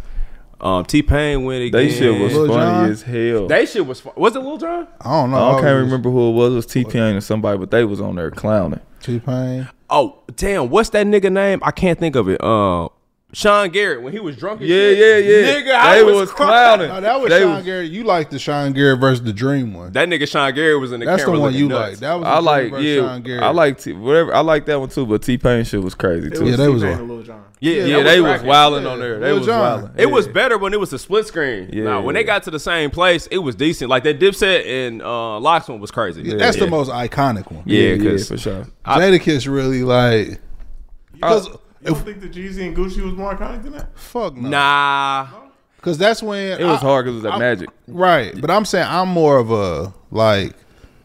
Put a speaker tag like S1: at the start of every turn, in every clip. S1: Um, T Pain went again.
S2: They shit was
S3: Lil
S2: funny
S3: Jon?
S2: as hell.
S1: They shit was fi- was it Lil Jon?
S3: I don't know.
S2: I don't
S3: I
S2: can't
S3: was
S2: remember who it was. It was T Pain or somebody, but they was on there clowning.
S3: T Pain.
S1: Oh damn, what's that nigga name? I can't think of it. Um, Sean Garrett when he was drunk. as
S2: Yeah,
S1: shit.
S2: yeah, yeah.
S1: Nigga, I
S2: they
S1: was,
S2: was
S1: crying.
S2: clowning.
S3: No, that was
S2: They
S3: Sean Garrett. You like the Sean Garrett versus the Dream one.
S1: That nigga Sean Garrett was in the
S3: That's the
S1: camera.
S3: one
S1: looking
S3: you
S1: nuts.
S3: like. That was the
S2: I
S3: Dream
S2: like,
S3: versus
S2: yeah,
S3: Sean Garrett.
S2: I like t- whatever. I like that one too, but T Pain shit was crazy too.
S3: Yeah,
S2: Yeah,
S3: they was on.
S4: Little John.
S1: Yeah, that
S2: they was
S1: cracking.
S2: wilding on there. They
S3: Lil
S2: was
S3: Jon.
S2: wilding.
S1: It was better when it was a split screen.
S2: Yeah.
S1: Nah, when they got to the same place, it was decent. Like that Dipset and uh, Locks one was crazy.
S3: That's the most iconic one.
S1: Yeah,
S2: yeah,
S1: because
S2: for sure.
S3: Jadakiss really like.
S2: Uh,
S3: Because
S4: You don't think the Jeezy and Gucci was more iconic than that?
S3: fuck no.
S1: nah,
S3: Because that's when
S2: It was
S3: I-
S2: hard because it was that
S3: I-
S2: magic.
S3: Right, but I'm saying I'm more of a like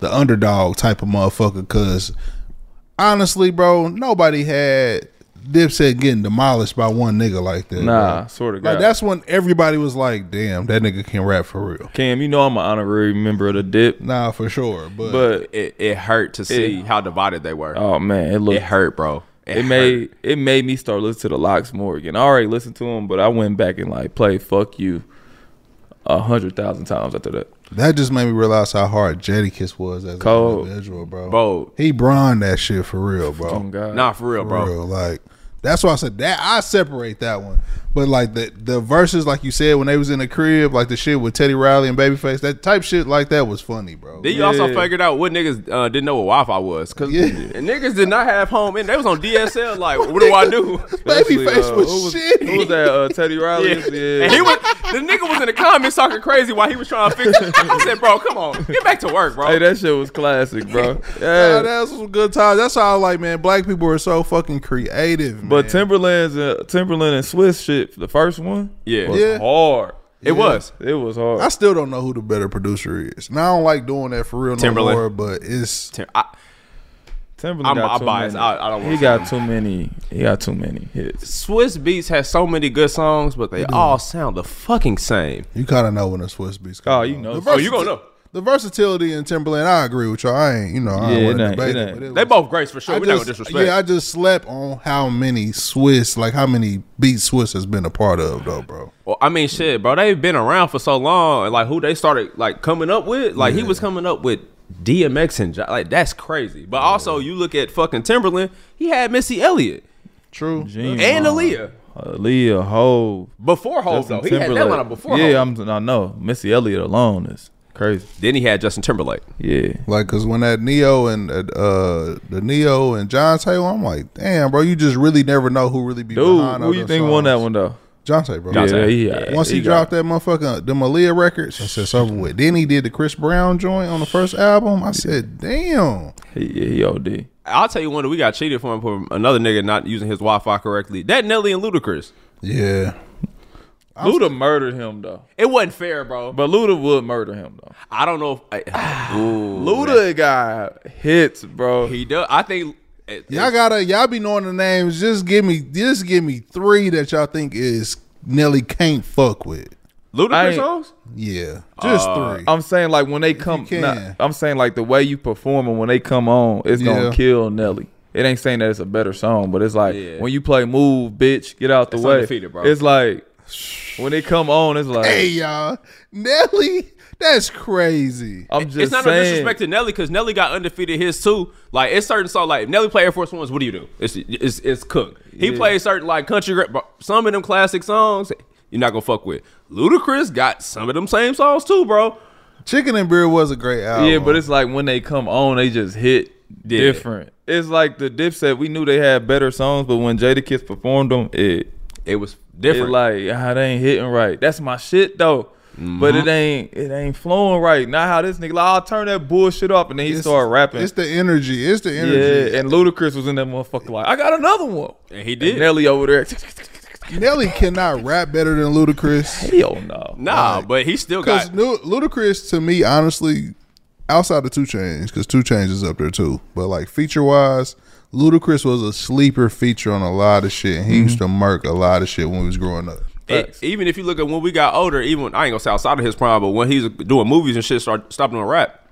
S3: the underdog type of motherfucker. Because honestly, bro, nobody had Dipset getting demolished by one nigga like that.
S2: Nah, sort of.
S3: bro. like that's when everybody was like, "Damn, that nigga can rap for real."
S2: Cam, you know I'm an honorary member of the Dip,
S3: Nah, for sure. But,
S2: but
S1: it, it hurt to see how divided they were.
S2: oh man, it looked
S1: It hurt, bro.
S2: It made it made me start listening to the Locks more again. I already listened to them, but I went back and like played "Fuck You" a hundred thousand times after that.
S3: that just made me realize how hard Jadakiss was as
S2: Cold.
S3: an individual, bro.
S1: Bro.
S3: He broned that shit for real, bro.
S2: Oh God,
S1: Nah, for real,
S3: For
S1: bro.
S3: real, Like that's why I said that I separate that one. But like the the verses, like you said, when they was in the crib, like the shit with Teddy Riley and Babyface, that type shit like that was funny, bro.
S1: Then you also figured out what niggas uh, didn't know what Wi-Fi was, cause
S3: Yeah.
S1: niggas did not have home and they was on DSL. Like, what do I do?
S2: Especially,
S3: Babyface was
S2: who
S3: shitty.
S2: Who uh, was that? Uh, Teddy Riley.
S1: Yeah.
S2: Yeah.
S1: And he was the nigga was in the comments talking crazy while he was trying to fix it. I said, bro, come on, get back to work, bro.
S2: Hey, that shit was classic, bro.
S3: Yeah,
S2: Yeah.
S3: that's some good times. That's how I like, man. Black people are so fucking creative, man.
S2: but Timberland's uh, Timberland and Swiss shit, the first one,
S1: Yeah.
S2: was
S3: Yeah.
S2: hard.
S1: it was.
S2: It was hard.
S3: I still don't know who the better producer is, and I don't like doing that for real
S1: Timberland.
S3: no more. But it's
S1: Tim- I,
S2: Timberland
S1: I'm-
S2: got
S1: I'm
S2: too
S1: biased.
S2: many.
S1: I- I don't wanna
S2: he
S1: say
S2: got too many. He got too many hits.
S1: Swiss Beats has so many good songs, but they all sound the fucking same.
S3: you kind of know when a Swiss beats.
S2: Oh, you know.
S1: Oh, you gonna know.
S3: The versatility in Timberland, I agree with y'all. I ain't, you know,
S2: Yeah, it
S3: I ain't
S2: ain't-
S3: want to
S2: it
S3: debate it.
S2: ain't.
S3: but it
S1: They
S3: was-
S1: both great for sure.
S3: I
S1: We're not gonna
S3: just-
S1: disrespect.
S3: Yeah, I just slept on how many Swiss, like how many beats Swiss has been a part of, though, bro.
S1: Well, I mean, shit, bro. They've been around for so long, and like who they started like coming up with, like he was coming up with DMX and Jo- like that's crazy. But also, you look at fucking Timberland. He had Missy Elliott
S3: True.
S2: Gene
S1: and
S2: Mom,
S1: Aaliyah
S2: Aaliyah, Hove,
S1: before Hov
S2: Justin
S1: though. Oh, He had that
S2: Timberlake.
S1: lineup before.
S2: Yeah,
S1: Hov.
S2: I'm, I know. Missy Elliott alone is crazy.
S1: Then he had Justin Timberlake.
S2: Yeah.
S3: Like, cause when that Neo and uh, uh the Neo and John Taylor, I'm like, damn, bro, you just really never know who really be
S2: Dude,
S3: behind. all
S2: who you
S3: them
S2: think
S3: songs.
S2: won that one though?
S3: John Taylor, bro.
S1: John Taylor.
S2: yeah.
S3: Once he, dropped that motherfucker, the Malia records, I said something with. Then he did the Chris Brown joint on the first album. I said, damn.
S2: He, yeah, he OD.
S1: I'll tell you one that we got cheated from for another nigga not using his Wi-Fi correctly. That Nelly and Ludacris.
S3: Yeah.
S2: Luda murdered him though,
S1: It wasn't fair, bro.
S2: but Luda would murder him though.
S1: I don't know if I, Ooh,
S2: Luda got hits, bro.
S1: He does. I think. eh,
S3: Y'all gotta y'all be knowing the names. Just give me just give me three that y'all think is Nelly can't fuck with.
S2: I
S1: Ludacris
S2: ain't-
S1: songs.
S3: Yeah. Oh, Just three.
S2: I'm saying like when they come,
S3: can.
S2: nah, I'm saying like the way you perform and when they come on, it's
S3: Yeah.
S2: gonna kill Nelly. It ain't saying that it's a better song, but it's like when you play "Move, Bitch, Get Out the
S1: That's
S2: Way."
S1: undefeated, bro.
S2: It's like when they come on, it's like
S3: hey y'all. Nelly, that's crazy.
S2: I'm just
S1: it's not a
S2: saying.
S1: disrespect to Nelly because Nelly got undefeated his too. Like it's certain songs like if Nelly play Air Force Ones. What do you do? It's it's it's cooked. He plays certain like country. gra- but Some of them classic songs you're not gonna fuck with. Ludacris got some of them same songs too, bro.
S3: Chicken and Beer was a great album.
S2: yeah, but it's like when they come on, they just hit different. It's like the Dipset. We knew they had better songs, but when Jadakiss performed them, it
S1: It was
S2: it
S1: different.
S2: like ah, it ain't hitting right. That's my shit though. But
S1: Mm-hmm.
S2: it ain't it ain't flowing right. Not how this nigga. Like, I'll turn that bullshit up, and then he started rapping.
S3: It's the energy. It's the energy.
S2: Yeah, and Ludacris was in that motherfucker like, I got another one.
S1: and he did.
S2: Nelly over there.
S3: Nelly cannot rap better than Ludacris.
S2: Hell no.
S1: nah, but he still
S3: Because
S1: got.
S3: Ludacris to me, honestly, outside of Two Chains, because Two Chains is up there too. But like feature wise, Ludacris was a sleeper feature on a lot of shit.
S2: Mm-hmm.
S3: He used to murk a lot of shit when we was growing up.
S1: it- even if you look at when we got older, even I ain't gonna say outside of his prime, but when he's doing movies and shit, start stopped doing rap.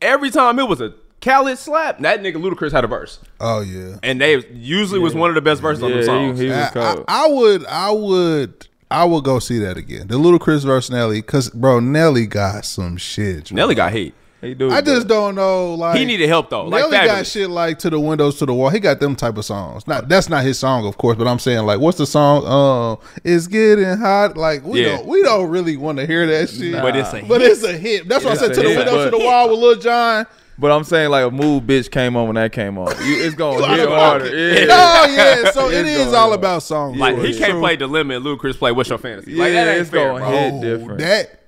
S1: Every time it was a Khaled slap, that nigga Ludacris had a verse,
S3: Oh yeah.
S1: and they usually was one of the best verses on the
S2: Yeah,
S1: songs.
S2: he, he was
S3: I, I,
S2: cold.
S3: I would, I would, I would go see that again. The Ludacris versus Nelly, cause bro, Nelly got some shit. bro.
S1: Nelly got hate.
S2: He do.
S3: I just don't know. Like
S1: He needed help though. Like
S3: Nelly got
S1: fabulous.
S3: shit like to the windows to the wall. He got them type of songs. Not that's not his song, of course. But I'm saying like, what's the song? Um, it's getting hot. Like we
S1: Yeah.
S3: don't we don't really want to hear that shit.
S1: But it's a
S3: but it's a hit. That's why I
S2: It's
S3: said
S2: a
S3: to the
S2: hit,
S3: windows to
S2: but-
S3: the wall with Lil John.
S2: But I'm saying like a move bitch came on when that came on. You, it's gonna hit harder. Yeah.
S3: Oh yeah. So it
S2: It's
S3: is
S2: going
S3: all
S2: up.
S3: about songs.
S1: Like he
S3: Yeah.
S1: can't play Dilemma and Ludacris play What's Your Fantasy. Like
S2: Yeah,
S1: that ain't
S2: it's
S1: fair,
S2: going
S1: bro.
S2: hit
S3: Oh,
S2: different.
S3: That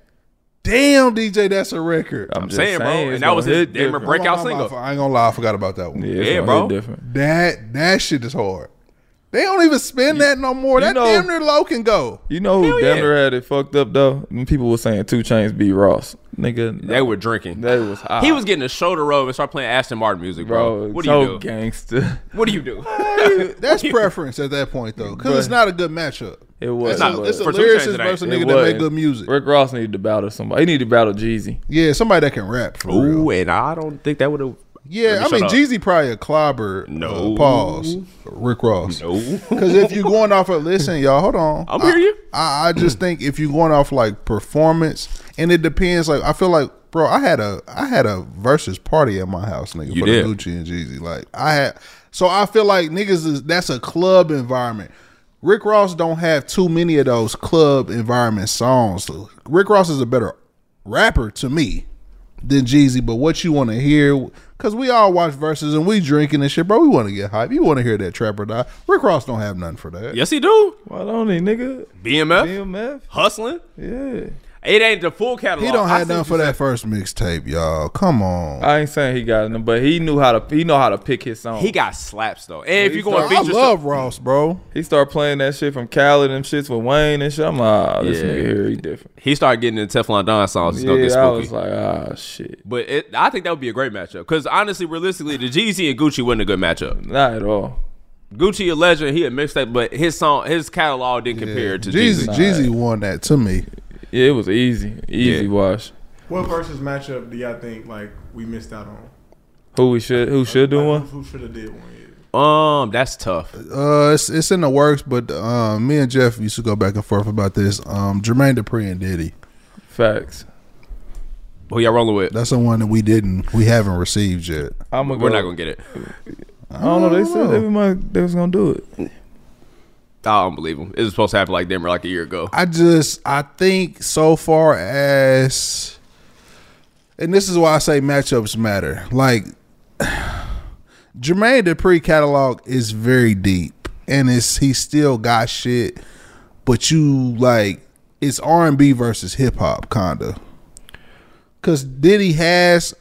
S3: damn DJ, that's a record.
S2: I'm just
S1: saying, bro,
S2: it's
S1: and that was
S2: gonna
S1: his
S2: hit
S1: Denver
S2: different.
S1: break- breakout
S3: I'm not-
S1: single.
S3: I ain't gonna lie, I forgot about that one.
S2: Yeah, it's
S1: Yeah,
S2: gonna
S1: bro.
S2: hit different.
S3: That that shit is hard. They don't even spend that no more.
S2: you
S3: That
S2: know-
S3: damn near low can go.
S2: You know who damn near had it fucked up though? When people were saying two chains beat Ross. Nigga,
S1: They were drinking.
S2: They was hot.
S1: He was getting a shoulder rub and start playing Aston Martin music, bro.
S2: bro.
S1: what do
S2: so
S1: you do?
S2: gangster.
S1: What do you do?
S3: That's preference at that point though, because it's not a good matchup.
S2: It was.
S3: It's,
S1: not-
S3: a,
S2: but
S3: it's a
S1: for two chains, it
S3: lyricist
S1: ain't.
S3: versus a
S2: it
S3: nigga that make
S2: wasn't.
S3: good music.
S2: Rick Ross needed to battle somebody. He needed to battle Jeezy.
S3: Yeah, somebody that can rap for real.
S1: Ooh, and I don't think that would have.
S3: Yeah, I mean Jeezy probably a clobber.
S1: No.
S3: uh, pause. Rick Ross.
S1: No.
S3: Because if you're going off of listen, y'all, hold on.
S1: I'm hear you.
S3: I, I just think if you're going off like performance, and it depends. Like I feel like, bro, I had a I had a versus party at my house, nigga,
S1: You
S3: for
S1: did.
S3: the Gucci and Jeezy. Like I had, so I feel like niggas is that's a club environment. Rick Ross don't have too many of those club environment songs. Rick Ross is a better rapper to me than Jeezy, but what you want to hear, because we all watch verses and we drinking and shit, bro. We want to get hype. You want to hear that trap or die. Rick Ross don't have nothing for that.
S1: Yes, he do.
S2: Why don't he, nigga?
S1: BMF,
S2: BMF.
S1: hustling.
S2: Yeah.
S1: It ain't the full catalog.
S3: He don't
S1: I
S3: have
S1: see
S3: nothing
S1: what
S3: for
S1: you
S3: that first mixtape, y'all. Come on.
S2: I ain't saying he got him, but he knew how to. He know how to pick his song.
S1: said. He got slaps though. And if
S2: He
S1: you going
S2: started-
S3: I
S1: feature,
S3: love Ross, bro.
S2: He started playing that shit from Khaled and shits with Wayne and shit. I'm like, ah, this
S1: Yeah.
S2: nigga here, he different.
S1: he started getting the Teflon Don songs. It's gonna get
S2: Yeah, I
S1: spooky.
S2: was like, ah, shit,
S1: but it, I think that would be a great matchup because honestly, realistically, the Jeezy and Gucci wasn't a good matchup.
S2: not at all.
S1: Gucci a legend, he a mixtape, but his song, his catalog didn't compare to
S3: Jeezy,
S1: Jeezy.
S3: Jeezy won that to me.
S2: Yeah, it was easy, easy
S1: Yeah.
S2: wash.
S4: What versus matchup do y'all think like we missed out on?
S2: Who we should, who should do
S4: Like,
S2: one?
S4: Who should have did one? Yeah.
S1: Um, that's tough.
S3: Uh, it's, it's in the works, but uh, me and Jeff used to go back and forth about this. Um, Jermaine Dupri and Diddy.
S2: Facts.
S1: Who y'all rolling with?
S3: That's the one that we didn't, we haven't received yet.
S2: I'm gonna.
S1: We're not gonna get it.
S2: I don't know. They said they, might, they was gonna do it.
S1: I don't believe him. It was supposed to happen like Denver like a year ago.
S3: I just I think so far as and this is why I say matchups matter. Like Jermaine Dupri catalog is very deep and it's he still got shit, but you like it's R and B versus hip hop kinda. Cause Diddy has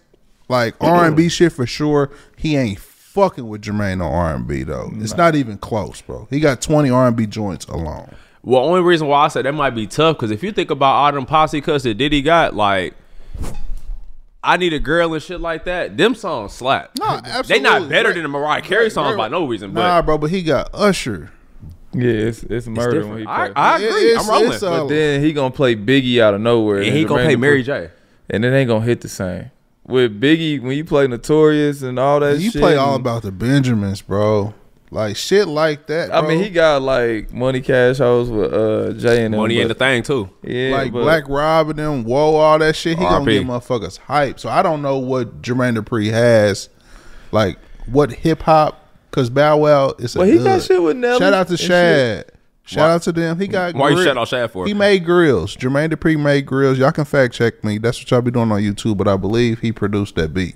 S3: like R and B shit for sure. He ain't fucking with Jermaine on R and B though. It's not even close, bro. He got twenty R and B joints alone.
S1: Well, only reason why I said that might be tough because if you think about all them posse cuts that Diddy got, like I need a girl and shit like that, them songs slap.
S3: No,
S1: they
S3: absolutely.
S1: not better
S3: Right.
S1: than the Mariah Carey songs by no reason. But
S3: Nah, bro, but he got Usher.
S2: Yeah, it's it's murder when he
S1: I,
S2: play.
S1: I
S3: It-
S1: agree.
S3: it's-
S1: I'm rolling.
S3: it's,
S1: But-
S3: uh,
S2: but then he gonna play Biggie out of nowhere,
S1: and he gonna
S2: Jermaine
S1: play
S2: Dupri-
S1: Mary J.
S2: and it ain't gonna hit the same. With Biggie, when you play Notorious and all that,
S3: You
S2: shit,
S3: play all
S2: and-
S3: about the Benjamins, bro. Like shit like that.
S2: I
S3: bro.
S2: mean, he got like money cash hoes with uh Jay and them,
S1: Money ain't the
S2: but-
S1: thing too.
S2: Yeah,
S3: like
S2: but
S3: Black Rob and them, whoa, all that shit. He gonna
S1: RP.
S3: get motherfuckers hype. So I don't know what Jermaine Dupri has, like what hip hop. Cause Bow Wow is a
S2: Well, he got
S3: hood.
S2: shit with Nelly
S3: Shout out to
S2: and shit.
S3: Shad. Shout out to them. He got
S1: Why you
S3: grill-
S1: shout out Shad for?
S3: He made grills. Jermaine Dupri made grills. Y'all can fact check me. That's what y'all be doing on YouTube. But I believe he produced that beat.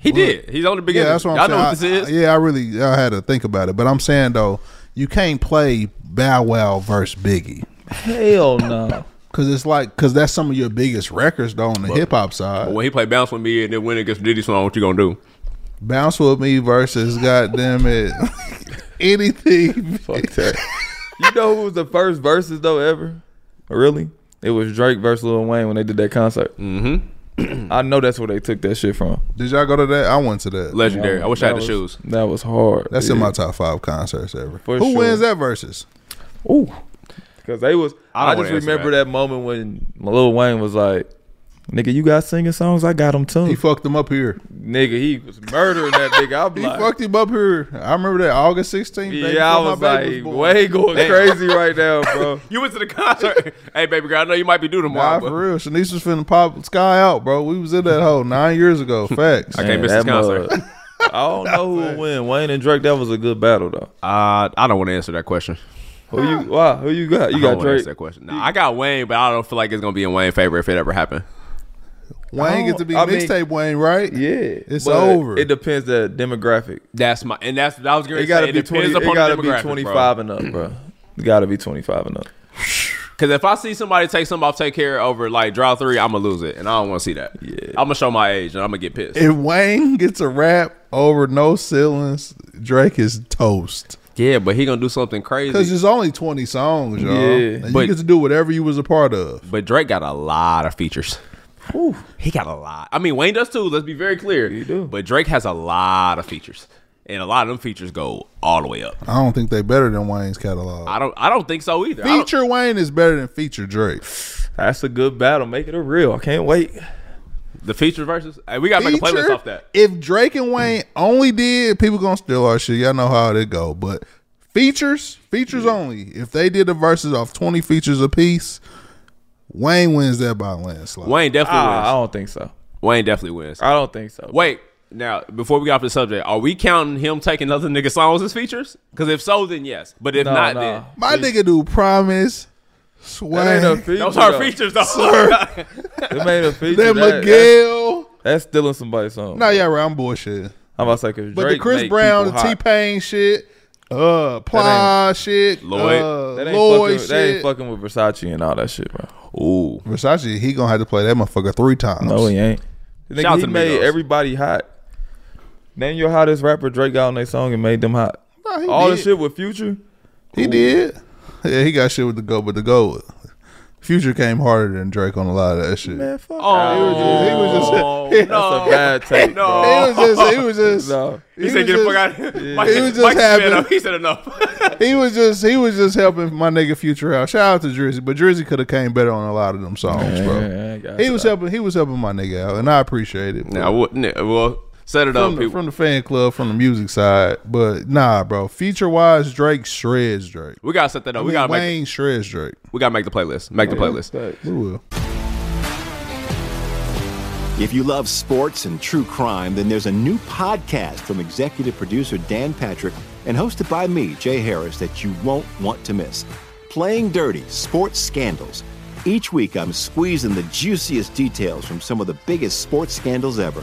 S1: He did. He's on the beginning.
S3: Yeah, that's what
S1: Y'all
S3: I'm saying.
S1: know what this is.
S3: I- I- yeah, I really I had to think about it, but I'm saying though, you can't play Bow Wow versus Biggie
S2: hell no.
S3: because it's like because that's some of your biggest records though on the hip hop
S1: But
S3: side.
S1: when he played bounce with me and then win against Diddy song, what you gonna do?
S3: Bounce with me versus goddamn it anything.
S2: Fuck that. You know who was the first verses though ever? Really? It was Drake versus Lil Wayne when they did that concert. Mm-hmm. I know that's where they took that shit from.
S3: Did y'all go to that? I went to that.
S1: Legendary. I wish I
S2: That
S1: had the
S2: was-
S1: shoes.
S2: That was hard.
S3: that's in
S2: dude.
S3: my top five concerts ever.
S2: For
S3: Who
S2: sure.
S3: wins that versus?
S2: Ooh. Cause they was
S1: I
S2: I,
S1: don't
S2: just
S1: wanna answer
S2: remember that. moment when Lil Wayne was like, Nigga, you got singing songs? I got them too.
S3: He fucked him up here.
S2: nigga, he was murdering that nigga. I'm
S3: He
S2: like,
S3: fucked him up here. I remember that August 16th. day
S2: yeah, I
S3: before
S2: was
S3: my baby
S2: like,
S3: born.
S2: way going crazy right now, bro.
S1: You went to the concert. hey, baby girl, I know you might be due tomorrow.
S3: Nah,
S1: but
S3: for real. Shanice was finna pop Sky out, bro. We was in that hole nine years ago. Facts.
S1: I can't miss this
S2: Man, that
S1: concert.
S2: mug. I don't know who will win. Wayne and Drake. That was a good battle though.
S1: Uh, I don't want to answer that question.
S2: Who you? Why? Who you got? You got
S1: I don't wanna
S2: Drake.
S1: answer that question. Nah, I got Wayne, but I don't feel like it's gonna be in Wayne's favor if it ever happened.
S3: Wayne get to be
S2: I mean-
S3: mixtape Wayne, right?
S2: Yeah,
S3: It's
S2: but
S3: over.
S2: It depends the demographic.
S1: That's my and that's that was gonna
S2: It gotta
S1: say,
S2: be
S1: it depends
S2: twenty. It
S1: upon the
S2: gotta be
S1: demographic,
S2: twenty
S1: bro.
S2: five and up, bro. It gotta be twenty five and up.
S1: Cause if I see somebody take something off take care over like draw three, I'm gonna lose it. And I don't wanna see that. Yeah. I'm gonna show my age and I'm gonna get pissed.
S3: If Wayne gets a rap over no ceilings, Drake is toast.
S1: yeah, but he gonna do something
S3: Because
S1: crazy.
S3: there's only 20 songs, y'all.
S2: Yeah,
S3: and
S1: but-
S3: you get to do whatever you was a part of.
S1: But Drake got a lot of features. He got a lot. I mean Wayne does too, let's be very clear. He
S2: do.
S1: But Drake has a lot of features. And a lot of them features go all the way up.
S3: I don't think they better than Wayne's catalog.
S1: I don't I don't think so either. I don't-
S3: Feature Wayne is better than feature Drake.
S2: That's a good battle. Make it a real. I can't wait.
S1: the feature versus hey, we gotta make a playlist
S3: Feature,
S1: off that.
S3: If Drake and Wayne only did, people gonna steal our shit. Y'all know how it go. But features, features only. If they did the verses off 20 features apiece, Wayne wins that by a landslide.
S1: Wayne definitely
S2: Ah, I
S1: wins.
S2: don't think so.
S1: Wayne definitely wins.
S2: I don't think so.
S1: Wait, now before we get off the subject, are we counting him taking other niggas' songs as features? Because if so, then yes. But if
S2: No,
S1: not,
S2: no.
S1: then
S3: My nigga do promise,
S2: That ain't a
S3: swag,
S2: feature.
S1: those are
S2: though.
S1: features though.
S2: That ain't a feature.
S3: that
S2: That-
S3: Miguel.
S2: That's, that's stealing somebody's song.
S3: Nah, yeah, right. I'm bullshit.
S2: I'm about to say 'cause
S3: But
S2: Drake
S3: the Chris
S2: make
S3: Brown, the
S2: people hot.
S3: T Pain shit, uh, Ply shit,
S1: Lloyd.
S3: uh,
S2: That ain't,
S3: Lloyd
S2: fucking, that ain't
S3: shit.
S2: fucking with Versace and all that shit, bro.
S1: Ooh,
S3: Versace, he gonna have to play that motherfucker three times.
S2: No, he ain't. Nigga,
S1: Shout out
S2: he
S1: to the
S2: made
S1: Migos.
S2: everybody hot. Name your hottest rapper Drake got on their song and made them hot.
S3: Nah, he
S2: All
S3: did.
S2: the shit with Future.
S3: He did. Yeah, he got shit with the go, but the go. Future came harder than Drake on a lot of that shit.
S2: Man, fuck.
S3: He was just, he was
S2: That's a bad take.
S1: Oh, No.
S2: bro.
S3: just, he was just,
S2: No.
S1: he, said, "Get the fuck out." of here." Mike-
S3: He was just
S1: Mike said
S3: happy.
S1: enough. He said enough.
S3: he was just, he was just helping my nigga Future out. Shout out to Drizzy, but Drizzy could have came better on a lot of them songs,
S2: Yeah, I
S3: bro.
S2: got
S3: He was helping, he was helping my nigga out, and I appreciate it.
S1: nah, what, nah, well, set it up,
S3: from the,
S1: people.
S3: from the fan club, from the music side, but nah, bro. Feature wise, Drake shreds Drake.
S1: we gotta set that up. We
S3: We
S1: gotta
S3: got
S1: make.
S3: Wayne shreds Drake.
S1: We gotta make the playlist. Make the playlist.
S3: We will.
S5: If you love sports and true crime, then there's a new podcast from executive producer Dan Patrick and hosted by me, Jay Harris, that you won't want to miss. Playing Dirty Sports Scandals. Each week, I'm squeezing the juiciest details from some of the biggest sports scandals ever.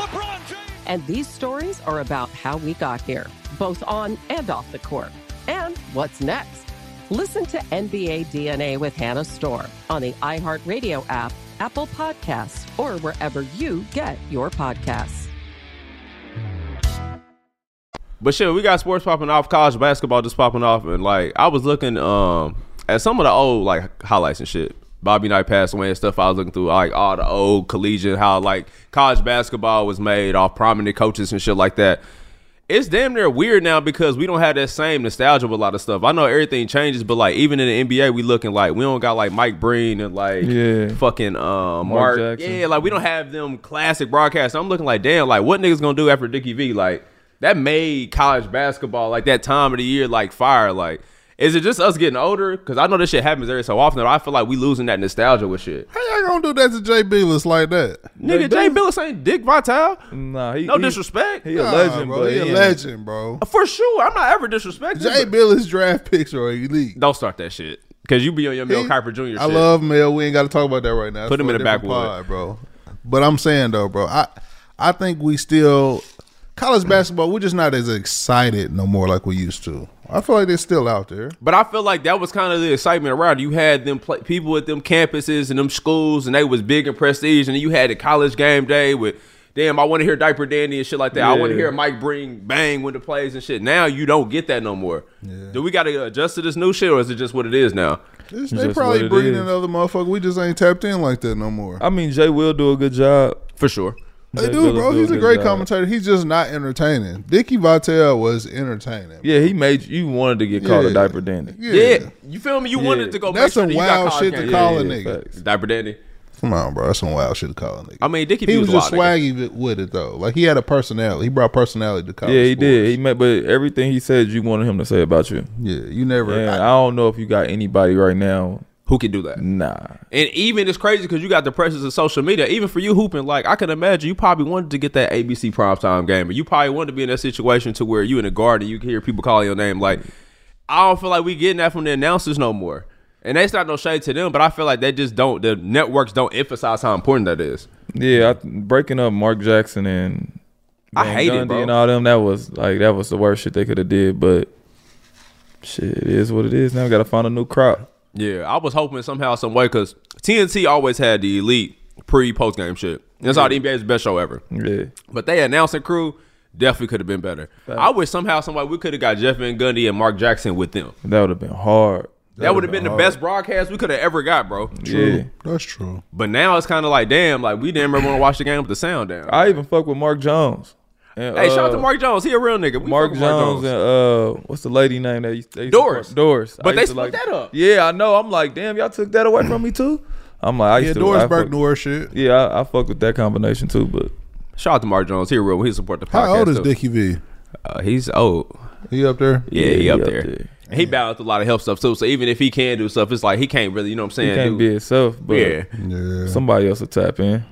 S6: LeBron James.
S7: And these stories are about how we got here, both on and off the court. And what's next? Listen to NBA DNA with Hannah Storr on the iHeartRadio app, Apple Podcasts, or wherever you get your podcasts.
S1: But shit, we got sports popping off, college basketball just popping off, and like I was looking um at some of the old like highlights and shit. Bobby Knight passed away and stuff. I was looking through like all the old collegiate how like college basketball was made off prominent coaches and shit like that. It's damn near weird now because we don't have that same nostalgia with a lot of stuff. I know everything changes, but like even in the NBA, we looking like we don't got like Mike Breen and like
S2: Yeah.
S1: fucking um,
S2: Mark
S1: Mark.
S2: Jackson.
S1: Yeah, like we don't have them classic broadcasts. I'm looking like damn, like what niggas gonna do after Dickie V? Like that made college basketball like that time of the year like fire. Like is it just us getting older? Because I know this shit happens every so often, but I feel like we losing that nostalgia with shit.
S3: How y'all gonna do that to Jay Bealist like that?
S1: Nigga, Jay Billis ain't Dick Vitale.
S2: Nah, he,
S1: No
S2: he-
S1: disrespect.
S2: He a
S3: Nah,
S2: legend,
S3: bro.
S2: but
S3: He a
S2: ain't-
S3: legend, bro.
S1: For sure, I'm not ever disrespecting.
S3: Jay
S1: but-
S3: Billis draft picks are elite.
S1: Don't start that shit. Cause you be on your Mel
S3: He-
S1: Kiper Jr. shit.
S3: I love Mel. We ain't got to talk about that right now.
S1: Put him
S3: That's
S1: in the
S3: for a different
S1: backwood.
S3: pod, bro. But I'm saying though, bro, I I think we still
S1: Mm.
S3: college basketball. We're just not as excited no more like we used to. I feel like they're still out there.
S1: But I feel like that was kind of the excitement around. You had them play, people at them campuses and them schools, and they was big and prestige. And then you had the college game day with, damn, I want to hear Diaper Dandy and shit like that. I want to
S2: Yeah.
S1: hear Mike bring bang when the plays and shit. Now you don't get that no more. Do we got to adjust to this new shit, or is it just what it is now?
S3: It's-
S2: just
S3: they
S2: what
S3: probably
S2: it
S3: breeding
S2: is.
S3: another motherfucker. We just ain't tapped in like that no more.
S2: I mean, Jay will do a good job.
S1: For sure.
S3: They
S2: Jay
S3: do,
S2: Billis
S3: bro.
S2: do
S3: He's a
S2: good
S3: great
S2: job.
S3: commentator. He's just not entertaining. Dickie Vitale was entertaining.
S2: Yeah, he made you wanted to get called a
S3: Yeah.
S2: diaper dandy.
S3: Yeah.
S1: Yeah. You feel me? You wanted to go.
S3: That's
S1: make sure
S3: some
S1: that you got
S3: wild
S1: college
S3: shit to
S1: game
S3: call a
S1: day.
S3: nigga.
S2: facts.
S1: Diaper Dandy.
S3: Come on, bro. That's some wild shit to call a nigga.
S1: I mean, Dickie
S3: he
S1: B
S3: was
S1: was,
S3: just
S1: wild. nigga.
S3: swaggy with- with it though. Like he had a personality. He brought personality to college.
S2: Yeah, he
S3: sports.
S2: did. He made, but everything he said, you wanted him to say about you.
S3: Yeah, you never.
S2: And I,
S3: I-
S2: don't know if you got anybody right now.
S1: Who can do that?
S2: Nah,
S1: And even it's crazy because you got the pressures of social media. Even for you hooping, like I can imagine you probably wanted to get that ABC primetime game, or you probably wanted to be in that situation to where you in the garden, you can hear people calling your name. Like I don't feel like we getting that from the announcers no more. And that's not no shade to them, but I feel like they just don't. The networks don't emphasize how important that is.
S2: yeah, I, breaking up Mark Jackson and
S1: I
S2: Van
S1: hate it,
S2: Gundy
S1: bro.
S2: and all them. That was like that was the worst shit they could have did. But shit, it is what it is. Now we gotta find a new crop.
S1: Yeah, I was hoping somehow, some way, because TNT always had the elite pre post game shit. That's all the NBA's best show ever.
S2: Yeah,
S1: But they announcing crew definitely could have been better. I wish somehow, somebody we could have got Jeff Van Gundy and Mark Jackson with them.
S2: that would have been hard.
S1: That, would have been, the best broadcast we could have ever got, bro.
S2: Yeah,
S3: that's true.
S1: But now it's kind of like, damn, like we didn't ever want to watch the game with the sound down.
S2: I even fuck with Mark Jones. And,
S1: hey, shout out to
S2: uh,
S1: Mark Jones. He a real nigga. We
S2: Mark
S1: fuck with
S2: Jones, and uh, what's the lady name that used, they used to
S1: Doris.
S2: fuck- Doris.
S1: But
S2: I
S1: they
S2: used to
S1: split that up.
S2: Yeah, I know. I'm like, damn, y'all took that away from me too. I'm like, I used
S3: Yeah,
S2: to.
S3: Doris
S2: I
S3: Burke
S2: fuck,
S3: knew her shit.
S2: Yeah, I, I fuck with that combination too. But
S1: Shout out to Mark Jones. He a real. He support the podcast.
S3: How old is
S1: too.
S3: Dickie V?
S1: Uh, he's old.
S3: He up there?
S1: Yeah, he,
S2: he
S1: up,
S2: up
S1: there.
S2: there.
S1: And He balanced a lot of health stuff too. So even if he can do stuff, it's like he can't really. You know what I'm saying?
S2: he can't be
S1: do-
S2: itself. But
S1: yeah.
S3: Yeah.
S2: somebody else will tap in.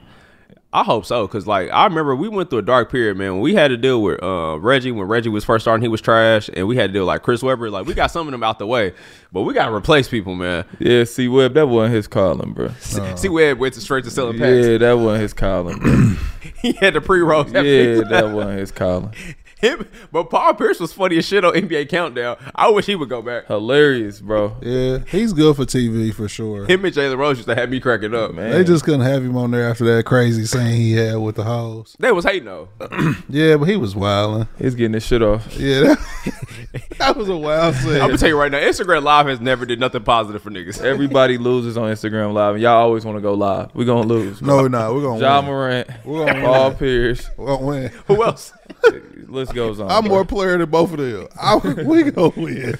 S1: I hope so, cause like I remember we went through a dark period, man. When we had to deal with uh, Reggie when Reggie was first starting, he was trash, and we had to deal with, like Chris Webber. Like we got some of them out the way, but we got to replace people, man.
S2: Yeah, C Web, that wasn't his calling, bro.
S1: See, Webb went to straight to selling packs.
S2: Yeah, that wasn't his calling. Bro.
S1: he had the pre-rolls.
S2: yeah, that wasn't his calling.
S1: him. But Paul Pierce was funny as shit on NBA Countdown. I wish he would go back.
S2: Hilarious, bro.
S3: Yeah, he's good for TV for sure.
S1: Him and Jalen Rose used to have me cracking up, man.
S3: They just couldn't have him on there after that crazy scene he had with the hoes.
S1: They was hating though.
S3: Yeah, but he was wilding.
S2: He's getting his shit off.
S3: Yeah, that, that was a wild
S1: I'm gonna
S3: scene.
S1: tell you right now, Instagram Live has never did nothing positive for niggas.
S2: Everybody loses on Instagram Live, and y'all always want to go live. We gonna lose.
S3: No, no, we're gonna
S2: John
S3: win.
S2: Morant,
S3: We're gonna win.
S2: Paul Pierce.
S3: We're gonna win.
S1: Who else?
S2: List goes on.
S3: I'm
S2: bro.
S3: more player than both of them. I, we gonna win.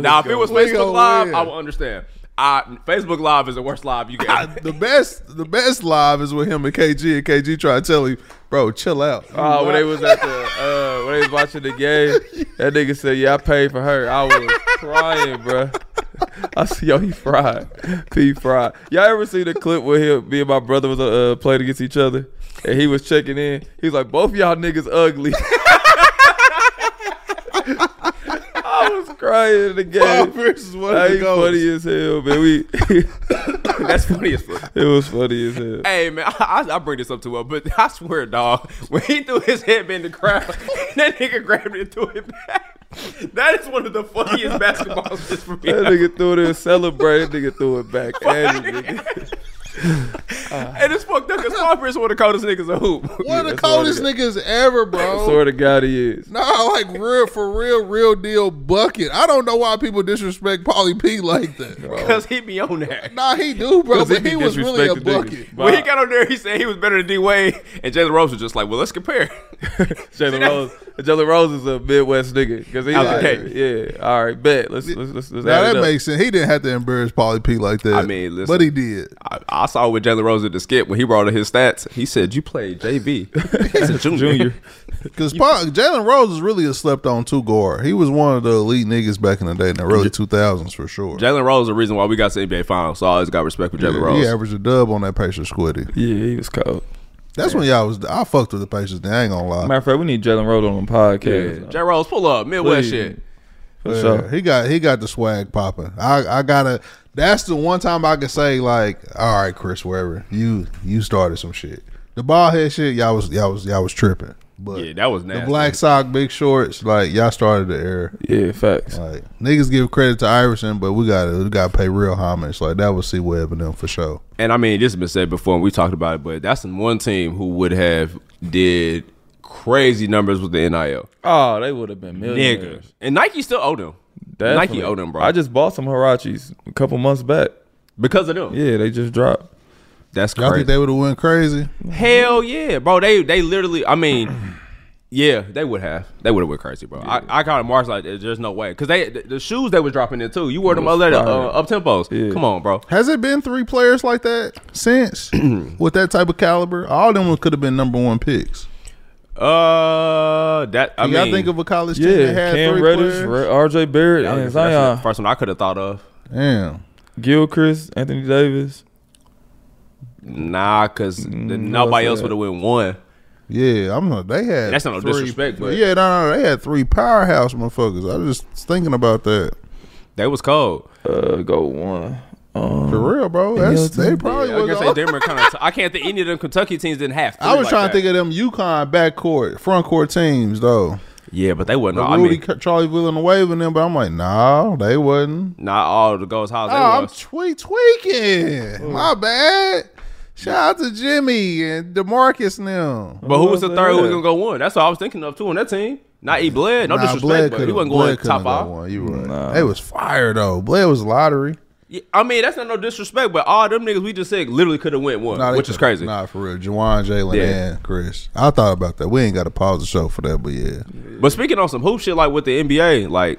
S1: Now, if it was
S3: We
S1: Facebook
S3: gonna
S1: Live,
S3: win.
S1: I would understand. I, Facebook Live is the worst live you can.
S3: The best, the best live is with him and KG, and KG try to tell him, "Bro, chill out."
S2: Oh, when they was at the uh, when they was watching the game, that nigga said, "Yeah, I paid for her." I was crying, bro. I see, yo, he fried, P fried. Y'all ever see the clip where him, me and my brother was uh, playing against each other, and he was checking in. He was like, "Both y'all niggas ugly." crying in the game.
S3: versus one of
S2: That
S3: the
S2: ain't
S3: goats.
S2: funny as hell, man. We
S1: That's funny as fuck.
S2: it was funny as hell.
S1: Hey man, I, I, I bring this up too well, but I swear, dog, when he threw his headband in the crowd, that nigga grabbed it and threw it back. That is one of the funniest basketball shits for me.
S2: That nigga threw it and celebrated. That nigga threw it back. at him, nigga.
S1: and it's fucked up because Smallbridge one of the coldest niggas a hoop.
S3: One of the
S2: that's what
S3: coldest
S2: it
S3: niggas ever,
S2: I
S3: bro.
S2: swear to God, he is.
S3: Nah, like real for real, real deal bucket. I don't know why people disrespect Polly P like that, bro.
S1: Because he be on there.
S3: Nah, he do, bro,
S2: 'Cause
S3: but
S2: be
S3: he was really a
S2: disrespecting niggas.
S3: bucket.
S1: When he
S2: Bob.
S1: got on there, he said he was better than D Wade, and Jalen Rose was just like, "Well, let's compare." See,
S2: Jalen
S1: that's-
S2: Rose. Jalen Rose is a Midwest nigga because he's
S1: Out the
S2: like, yeah, all right, bet. Let's let's let's, let's add
S3: Now
S2: it
S3: that
S2: up.
S3: makes sense. He didn't have to embarrass Polly P like that.
S1: I mean, listen.
S3: but he did.
S1: I, I saw with Jalen Rose at the skip when he brought up his stats. He said, "You played JV." He's a junior.
S2: Junior.
S3: Because Jalen Rose is really a slept on two guard. He was one of the elite niggas back in the day in the early two thousands for sure.
S1: Jalen Rose is the reason why we got to NBA Finals. So I always got respect for Jalen Rose.
S3: He averaged a dub on that Pacers squiddy.
S2: Yeah, he was cold.
S3: That's when y'all was. I fucked with the Pacers. then, I ain't gonna lie.
S2: Matter of fact, we need Jalen Rose on the podcast.
S1: Jalen Rose, pull up Midwest
S2: Please.
S1: shit.
S2: For
S3: Yeah,
S2: sure.
S3: He got he got the swag popping. I I gotta. That's the one time I can say like, all right, Chris Webber, you you started some shit. The ball head shit, y'all was y'all was y'all was tripping. But
S1: Yeah, that was
S3: the
S1: nasty.
S3: black sock, big shorts, like y'all started the era.
S2: Yeah, facts.
S3: Like niggas give credit to Iverson, but we gotta we gotta pay real homage. Like that was C Web and them for sure.
S1: and I mean, this has been said before, and we talked about it, but that's the one team who would have did crazy numbers with the NIL.
S2: Oh, they would have been
S1: Nigga.
S2: millionaires.
S1: And Nike still owe them.
S2: Definitely.
S1: Nike owe them, bro.
S2: I just bought some Hirachis a couple months back.
S1: because of them.
S2: Yeah, they just dropped.
S1: That's
S3: Y'all
S1: crazy.
S3: think they would have went crazy?
S1: Hell yeah, bro. They they literally. I mean, yeah, they would have. They would have went crazy, bro. I, I kind of marched like there- there's no way because they the, the shoes they was dropping in too. You wore them
S2: was
S1: other uh,
S2: fire.
S1: up tempos.
S2: Yeah.
S1: Come on, bro.
S3: Has it been three players like that since with that type of caliber? All them could have been number one picks.
S1: Uh, that I
S3: I
S1: mean,
S3: y'all think of a college team
S2: Yeah,
S3: that had
S2: Cam
S3: three
S2: Reddish,
S3: players?
S2: Re- R.J. Barrett,
S1: that was
S2: and
S1: the first-
S2: Zion,
S1: first one I could have thought of.
S3: Damn.
S2: Gilchrist, Anthony Davis.
S1: Nah, because
S2: what's
S1: nobody else
S2: that?
S1: would have went one.
S3: Yeah, I'm not. They had.
S1: That's not no
S3: three-
S1: disrespect, but-
S3: yeah, no, no, they had three powerhouse motherfuckers. I was just thinking about that.
S1: They was cold.
S2: Uh, go one. Um,
S3: For real, bro. That's
S2: Yeah,
S3: they probably
S1: I was
S3: was.
S1: gonna say Denver kind of. I can't think any of them Kentucky teams didn't have.
S3: I was trying to think of them UConn backcourt, front court teams though.
S1: yeah, but they wasn't.
S3: Rudy,
S1: I mean,
S3: Charlie Villanueva and them, but I'm like, nah, they wasn't.
S1: not all the goals high.
S3: Oh,
S1: They
S3: I'm
S1: was.
S3: tweet tweaking. My bad. Shout out to Jimmy and Demarcus and them.
S1: But who was the
S2: Yeah.
S1: third? Who was gonna go one? That's what I was thinking of too on that team. Not E Bled, no
S3: Nah,
S1: disrespect,
S3: Bled
S1: but he
S3: coulda-
S1: wasn't going
S3: Bled coulda
S1: top
S3: got
S1: five.
S3: one. You right. They was fire though. Bled was lottery.
S1: Yeah, I mean, that's not no disrespect, but all them niggas we just said literally could have went one,
S3: Nah, they
S1: which is
S3: coulda-
S1: crazy.
S3: Nah, for real. Jawan, Jalen,
S1: Yeah.
S3: and Chris. I thought about that. We ain't got to pause the show for that, but yeah.
S1: But speaking on some hoop shit, like with the NBA, like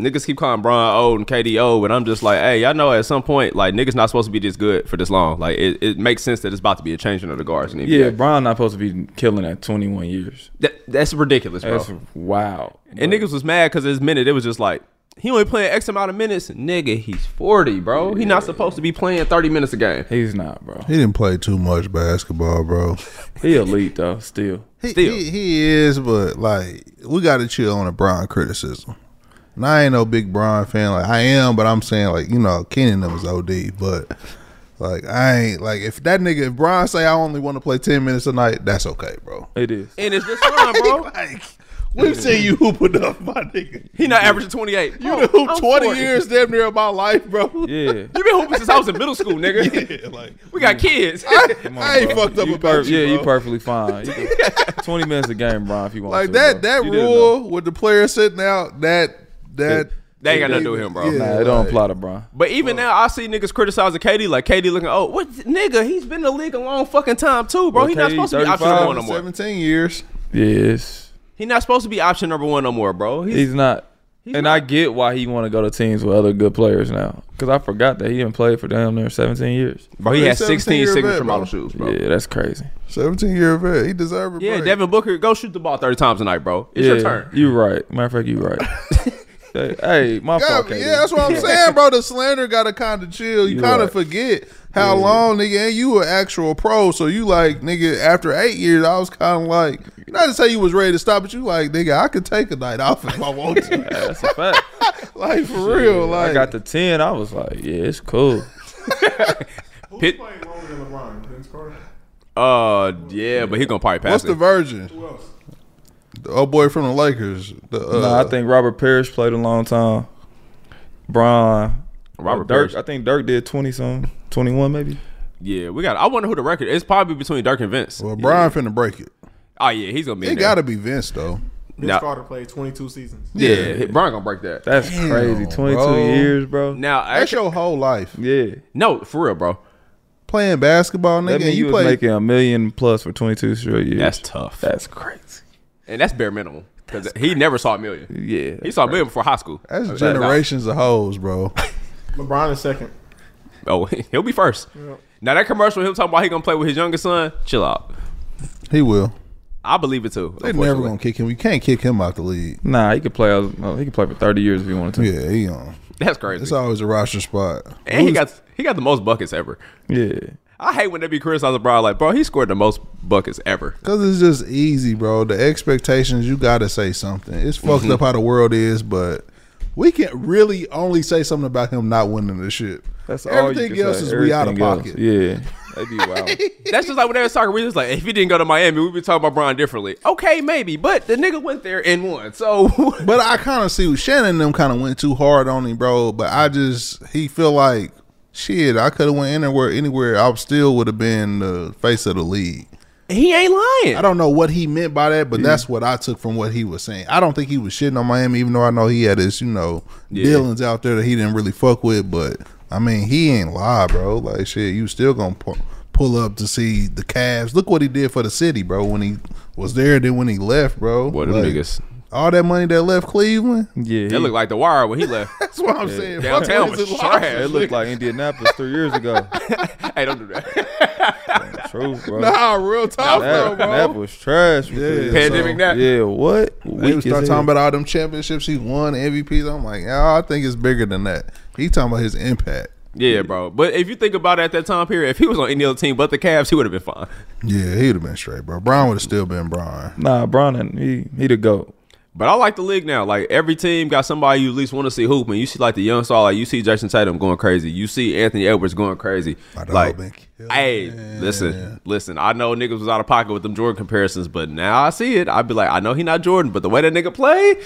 S1: niggas keep calling Brian old and KD old, and I'm just like, hey, y'all know at some point, like niggas not supposed to be this good for this long. Like it, it makes sense that it's about to be a changing of the guards in the
S2: Yeah,
S1: NBA.
S2: Brian not supposed to be killing at 21 years.
S1: That, that's ridiculous, bro.
S2: That's wow.
S1: and niggas was mad because his minute it was just like. He only playing X amount of minutes, nigga. He's forty, bro. He not supposed to be playing thirty minutes a game.
S2: He's not, bro.
S3: He didn't play too much basketball, bro.
S2: He elite though. Still,
S3: He,
S1: Still.
S3: he, he is, but like we got to chill on the Bron criticism. And I ain't no big Bron fan. Like I am, but I'm saying like you know Kenan them is OD, but like I ain't like if that nigga if Bron say I only want to play ten minutes a night, that's okay, bro.
S2: it is.
S1: And it's just fine, bro.
S3: Like we've seen you hoop enough, my nigga.
S1: He not averaging 28.
S3: You done hooped twenty years damn near of my life, bro.
S2: Yeah.
S1: You been hooping since I was in middle school, nigga.
S3: Yeah, like
S1: We got kids.
S3: I ain't fucked up
S2: You
S3: about
S2: per-
S3: you.
S2: yeah,
S3: bro.
S2: you perfectly fine. You can- 20 minutes a game, Brian, if you want
S3: like
S2: to,
S3: that
S2: bro.
S3: that
S2: You didn't know.
S3: rule with the player sitting out that that
S1: They ain't got nothing to do with him, bro.
S3: Yeah,
S2: Nah, it don't
S3: like-
S2: apply to Brian.
S1: But even now, I see niggas criticizing KD, like KD looking, oh, what, nigga, he's been in the league a long fucking time too, bro.
S2: Well,
S1: He's not
S2: KD
S1: supposed to be option
S2: 35,
S1: number one no more.
S3: Seventeen years.
S2: Yes.
S1: He's not supposed to be option number one no more, bro. He's,
S2: He's not. and I get why he want to go to teams with other good players now. Because I forgot that he didn't play for damn near 17 years.
S1: bro, he
S3: he's
S1: has
S3: 17
S1: 16
S3: year
S1: signature
S3: vet, bro.
S1: model shoes, bro. Yeah,
S2: Yeah, that's crazy.
S3: Seventeen year vet. He deserved it.
S1: Devin Booker, go shoot the ball 30 times tonight, bro. It's
S2: yeah,
S1: your turn.
S2: You right. Matter of fact, you right. Hey, hey, my
S3: Yeah,
S2: fault.
S3: yeah,
S2: KD.
S3: that's what I'm saying, bro. The slander got to kind of chill. You
S2: You
S3: kind
S2: right.
S3: of forget how long, nigga, and you an actual pro. So you like, nigga, after eight years, I was kind of like, not to say you was ready to stop, but you like, nigga, I could take a night off if I want to.
S2: That's a fact.
S3: like, for real.
S2: Yeah,
S3: Like,
S2: I got the ten. I was like, yeah, it's cool.
S4: Who's
S1: Pitt-
S4: playing longer than LeBron? Vince Carter?
S1: Uh, yeah, but he gonna probably pass
S3: what's
S1: it.
S3: the virgin?
S4: Who else?
S3: The old boy from the Lakers. The, uh,
S2: Nah, I think Robert Parrish played a long time. Braun.
S1: Robert
S2: Dirk.
S1: Parrish.
S2: I think Dirk did twenty some, twenty one maybe.
S1: yeah, we got. I wonder who the record. It's probably between Dirk and Vince.
S3: well, Brian finna break it.
S1: Oh yeah, he's gonna be.
S3: It
S1: in there.
S3: gotta be Vince, though.
S4: Vince
S1: Nah.
S4: Carter played 22 seasons.
S1: Yeah, Brian gonna break that.
S2: That's crazy. Twenty two
S3: bro.
S2: years, bro.
S1: Now,
S3: That's
S1: actually,
S3: your whole life.
S2: yeah,
S1: no, for real, bro.
S3: Playing basketball,
S2: that
S3: nigga, and
S2: means you,
S3: you
S2: was
S3: play.
S2: making a million plus for twenty two straight years.
S1: That's tough,
S2: that's crazy.
S1: and that's bare minimum because he never saw a million.
S2: Yeah,
S1: He saw a million before high school.
S3: That's
S1: Okay.
S3: generations of hoes, bro.
S4: LeBron is second.
S1: Oh, he'll be first. Now that commercial, him talking about he gonna play with his youngest son. Chill out.
S3: He will.
S1: I believe it too.
S3: They never
S1: unfortunately.
S3: gonna kick him. We can't kick him out the league.
S2: Nah, he could play. uh, He could play for thirty years if he wanted to. Yeah,
S3: Yeah, he on.
S1: That's crazy.
S3: It's always a roster spot.
S1: and he
S3: Who's-
S1: got he got the most buckets ever. I hate when they be criticizing LeBron. Like, bro, he scored the most buckets ever.
S3: Cause it's just easy, bro. The expectations, you gotta say something. It's fucked
S2: Mm-hmm.
S3: up how the world is, but we can really only say something about him not winning the shit.
S2: that's all.
S3: everything
S2: you can
S3: else
S2: say.
S3: is we out of
S2: Everything else.
S3: pocket.
S2: Yeah, that'd be wild.
S1: That's just like when they was talking. We was like, if he didn't go to Miami, we'd be talking about Bron differently. Okay, maybe, but the nigga went there and won. So
S3: But I kind of see Shannon and them kind of went too hard on him, bro. But I just he feel like shit. I could have went anywhere, anywhere. I still would have been the face of the league.
S1: he ain't lying.
S3: I don't know what he meant by that, but that's what I took from what he was saying. I don't think he was shitting on Miami, even though I know he had his, you know, dealings out there that he didn't really fuck with. But I mean, he ain't lie, bro. Like shit, you still gonna pu- pull up to see the Cavs. Look what he did for the city, bro. When he was there, then when he left, bro.
S1: Boy, them
S3: Like,
S1: niggas.
S3: All that money that left Cleveland.
S2: Yeah,
S1: It
S2: he-
S1: looked like the wire when he left.
S3: That's what I'm saying. Fuck
S1: Downtown
S3: what
S1: was
S3: is it like?
S1: trash.
S2: It looked like Indianapolis three years ago.
S1: hey, don't do that.
S2: True, bro.
S3: Nah, real talk though,
S2: that,
S3: bro.
S2: that was trash. Yeah,
S1: Pandemic that.
S2: Yeah, what?
S3: They would
S2: Weak
S3: start
S2: as
S3: talking
S2: hell.
S3: about all them championships he won, MVPs. I'm like, yeah, I think it's bigger than that. He talking about his impact.
S1: Yeah, bro. But if you think about it at that time period, if he was on any other team but the Cavs, he would have been fine.
S3: Yeah, he'd have been straight, bro. Brown would have still been Brown.
S2: Nah, Bron, he he the goat.
S1: But I like the league now. Like every team got somebody you at least want to see hoop, and you see like the young star, like you see Jason Tatum going crazy, you see Anthony Edwards going crazy.
S3: My dog
S1: Like,
S3: been killing
S1: hey, listen, listen. I know niggas was out of pocket with them Jordan comparisons, but now I see it. I'd be like, I know he not Jordan, but the way that nigga play,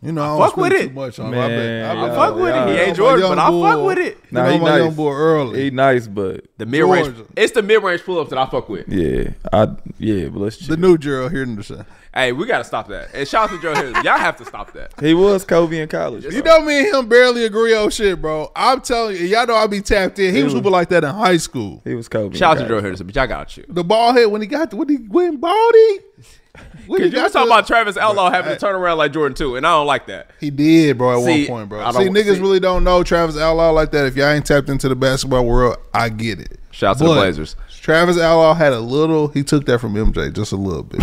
S3: You know, I, don't
S1: fuck with
S3: speak
S1: it.
S3: too much on
S2: Man,
S3: Man,
S1: I
S2: Yeah,
S1: fuck with it. He
S2: yeah.
S1: ain't Jordan, but I fuck with it.
S3: Nah,
S2: Nah,
S3: you know
S2: he
S3: my
S2: nice.
S3: young boy early.
S2: He nice, but
S1: The mid range,
S3: Georgia.
S1: it's the mid range pull ups that I fuck with.
S2: yeah, I yeah, but let's
S3: the
S2: chill.
S3: new Gerald Henderson.
S1: Hey, we gotta stop that. And shout out to Joe Harris. Y'all have to stop that.
S2: He was Kobe in college.
S3: You know me and him barely agree on shit, bro. I'm telling you, y'all know I be tapped in. He was
S2: was-
S3: hooping like that in high school.
S2: he was Kobe. in
S1: Shout out to Joe
S2: college.
S1: Harris, but y'all gotta chill.
S3: The ball head when he got when he went baldy. When
S1: You talking about Travis Outlaw having to turn around like Jordan too, and I don't like that.
S3: He did, bro, at
S1: See,
S3: one point, bro.
S1: I
S3: See,
S1: don't-
S3: niggas
S1: see-
S3: really don't know Travis Outlaw like that. If y'all ain't tapped into the basketball world, I get it.
S1: Shout out to the Blazers.
S3: Travis Outlaw had a little. He took that from MJ, just a little bit.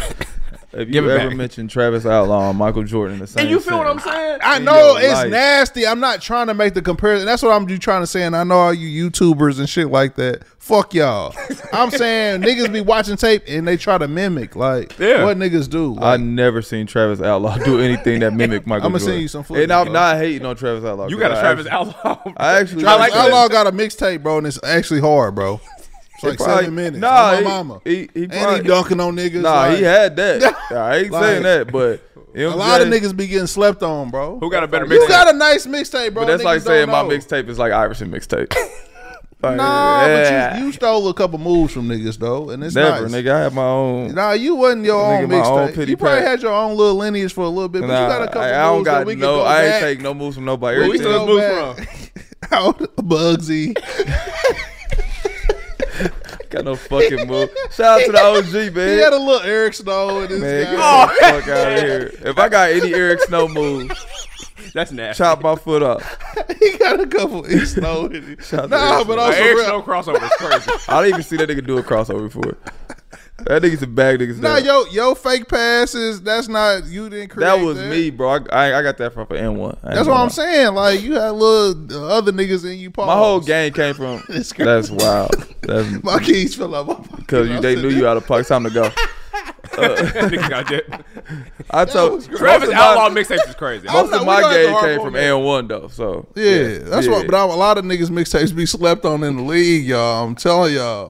S2: Have
S1: Give
S2: you
S1: it
S2: ever
S1: back.
S2: mentioned Travis Outlaw and Michael Jordan in the same?
S1: And you feel what I'm
S2: sentence?
S1: saying?
S3: I
S2: In
S3: know
S2: your
S3: it's
S2: life.
S3: nasty. I'm not trying to make the comparison. That's what I'm you trying to say. And I know all you YouTubers and shit like that. Fuck y'all. I'm saying niggas be watching tape and they try to mimic like
S1: Yeah.
S3: what niggas do.
S2: I
S3: Like,
S2: never seen Travis Outlaw do anything that mimicked Michael.
S3: I'ma
S2: Jordan.
S3: send you some footage,
S2: And I'm
S3: bro.
S2: not hating on Travis Outlaw.
S1: You
S2: 'cause
S1: got a
S2: I
S1: Travis
S2: actually-
S1: Outlaw. bro.
S2: I actually
S1: I like
S3: Travis
S1: that.
S3: Outlaw got a mixtape, bro, and it's actually hard, bro. It's like
S2: probably-
S3: seven minutes.
S2: Nah,
S3: Nah, my
S2: he-
S3: mama.
S2: he- he
S3: and
S2: probably-
S3: he dunking on niggas.
S2: Nah,
S3: like,
S2: he had that. I ain't
S3: Like,
S2: saying that, but
S3: a lot of niggas be getting slept on, bro.
S1: Who got a better
S3: You
S1: mixtape?
S3: got a nice mixtape, bro.
S2: But that's
S3: Niggas
S2: like saying my
S3: don't know.
S2: mixtape is like Iverson mixtape. Like,
S3: Nah, but
S2: yeah.
S3: you, you stole a couple moves from niggas though, and it's
S2: never,
S3: nice.
S2: nigga. I have my own.
S3: Nah, you wasn't your
S2: Nigga,
S3: own
S2: my own
S3: mixtape.
S2: pity
S3: You probably
S2: pat.
S3: had your own little lineage for a little bit, but
S2: Nah,
S3: you got a couple
S2: I, I
S3: moves
S2: don't
S3: that
S2: got
S3: we can
S2: no.
S3: go
S2: I ain't
S3: back.
S2: take no moves from nobody.
S1: Where we
S2: Everything-
S1: still
S3: Go
S1: move
S3: back. Out Bugsy.
S2: got no fucking move. Shout out to the OG, man.
S3: He had a Oh. little Eric Snow in his
S2: man, get
S3: guy.
S2: the fuck out of here. If I got any Eric Snow moves,
S1: That's nasty.
S2: chop my foot up.
S3: He got a couple Eric Snow in him.
S2: Shout out to
S3: Nah,
S2: Eric
S3: but
S2: Snow.
S3: also
S1: Eric
S3: real-
S1: Snow crossover is crazy.
S2: I didn't even see that nigga do a crossover before. That nigga's a bag niggas.
S3: Nah,
S2: down.
S3: yo, yo, fake passes. That's not you didn't create.
S2: that was me, bro. I, I, I got that from N one.
S3: That's what I'm saying. Like you had little uh, other niggas in you. Pause.
S2: My whole game came from.
S3: It's crazy.
S2: that's wild. That's
S3: My keys fell out. my pocket.
S2: because you, they knew you out of pocket. Time to go.
S1: Nigga got that.
S2: I told
S3: was
S2: most
S1: Travis
S2: of
S1: Outlaw
S2: my,
S1: mixtape is crazy.
S2: most of
S3: not- we
S2: my
S3: don't have to
S2: game
S3: harp
S2: came
S3: on
S2: from
S3: that.
S2: N one though. So
S3: Yeah, that's what.
S2: yeah.
S3: But I, a lot of niggas' mixtapes be slept on in the league, y'all. I'm telling y'all.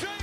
S6: James.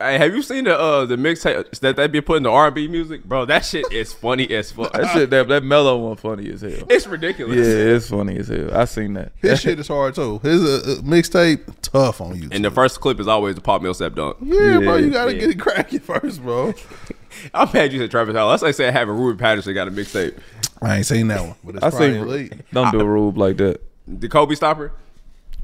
S1: Hey, have you seen the uh the mixtape that they be putting the R and B music, bro? That shit is funny as fuck.
S2: that shit that that mellow one funny as hell. Yeah,
S1: It's ridiculous.
S2: it's funny as hell. I seen that.
S3: His shit is hard too. His uh, uh, mixtape tough on you.
S1: And the first clip is always the Pop Millsap dunk.
S3: yeah, bro, you gotta
S1: yeah.
S3: get it cracking first, bro.
S1: I'm mad you said Travis Howell. That's like saying having Ruben Patterson got a mixtape.
S3: I ain't seen that one, but it's
S2: I
S3: probably
S2: seen.
S3: elite.
S2: Don't do a rule like that.
S1: The Kobe stopper.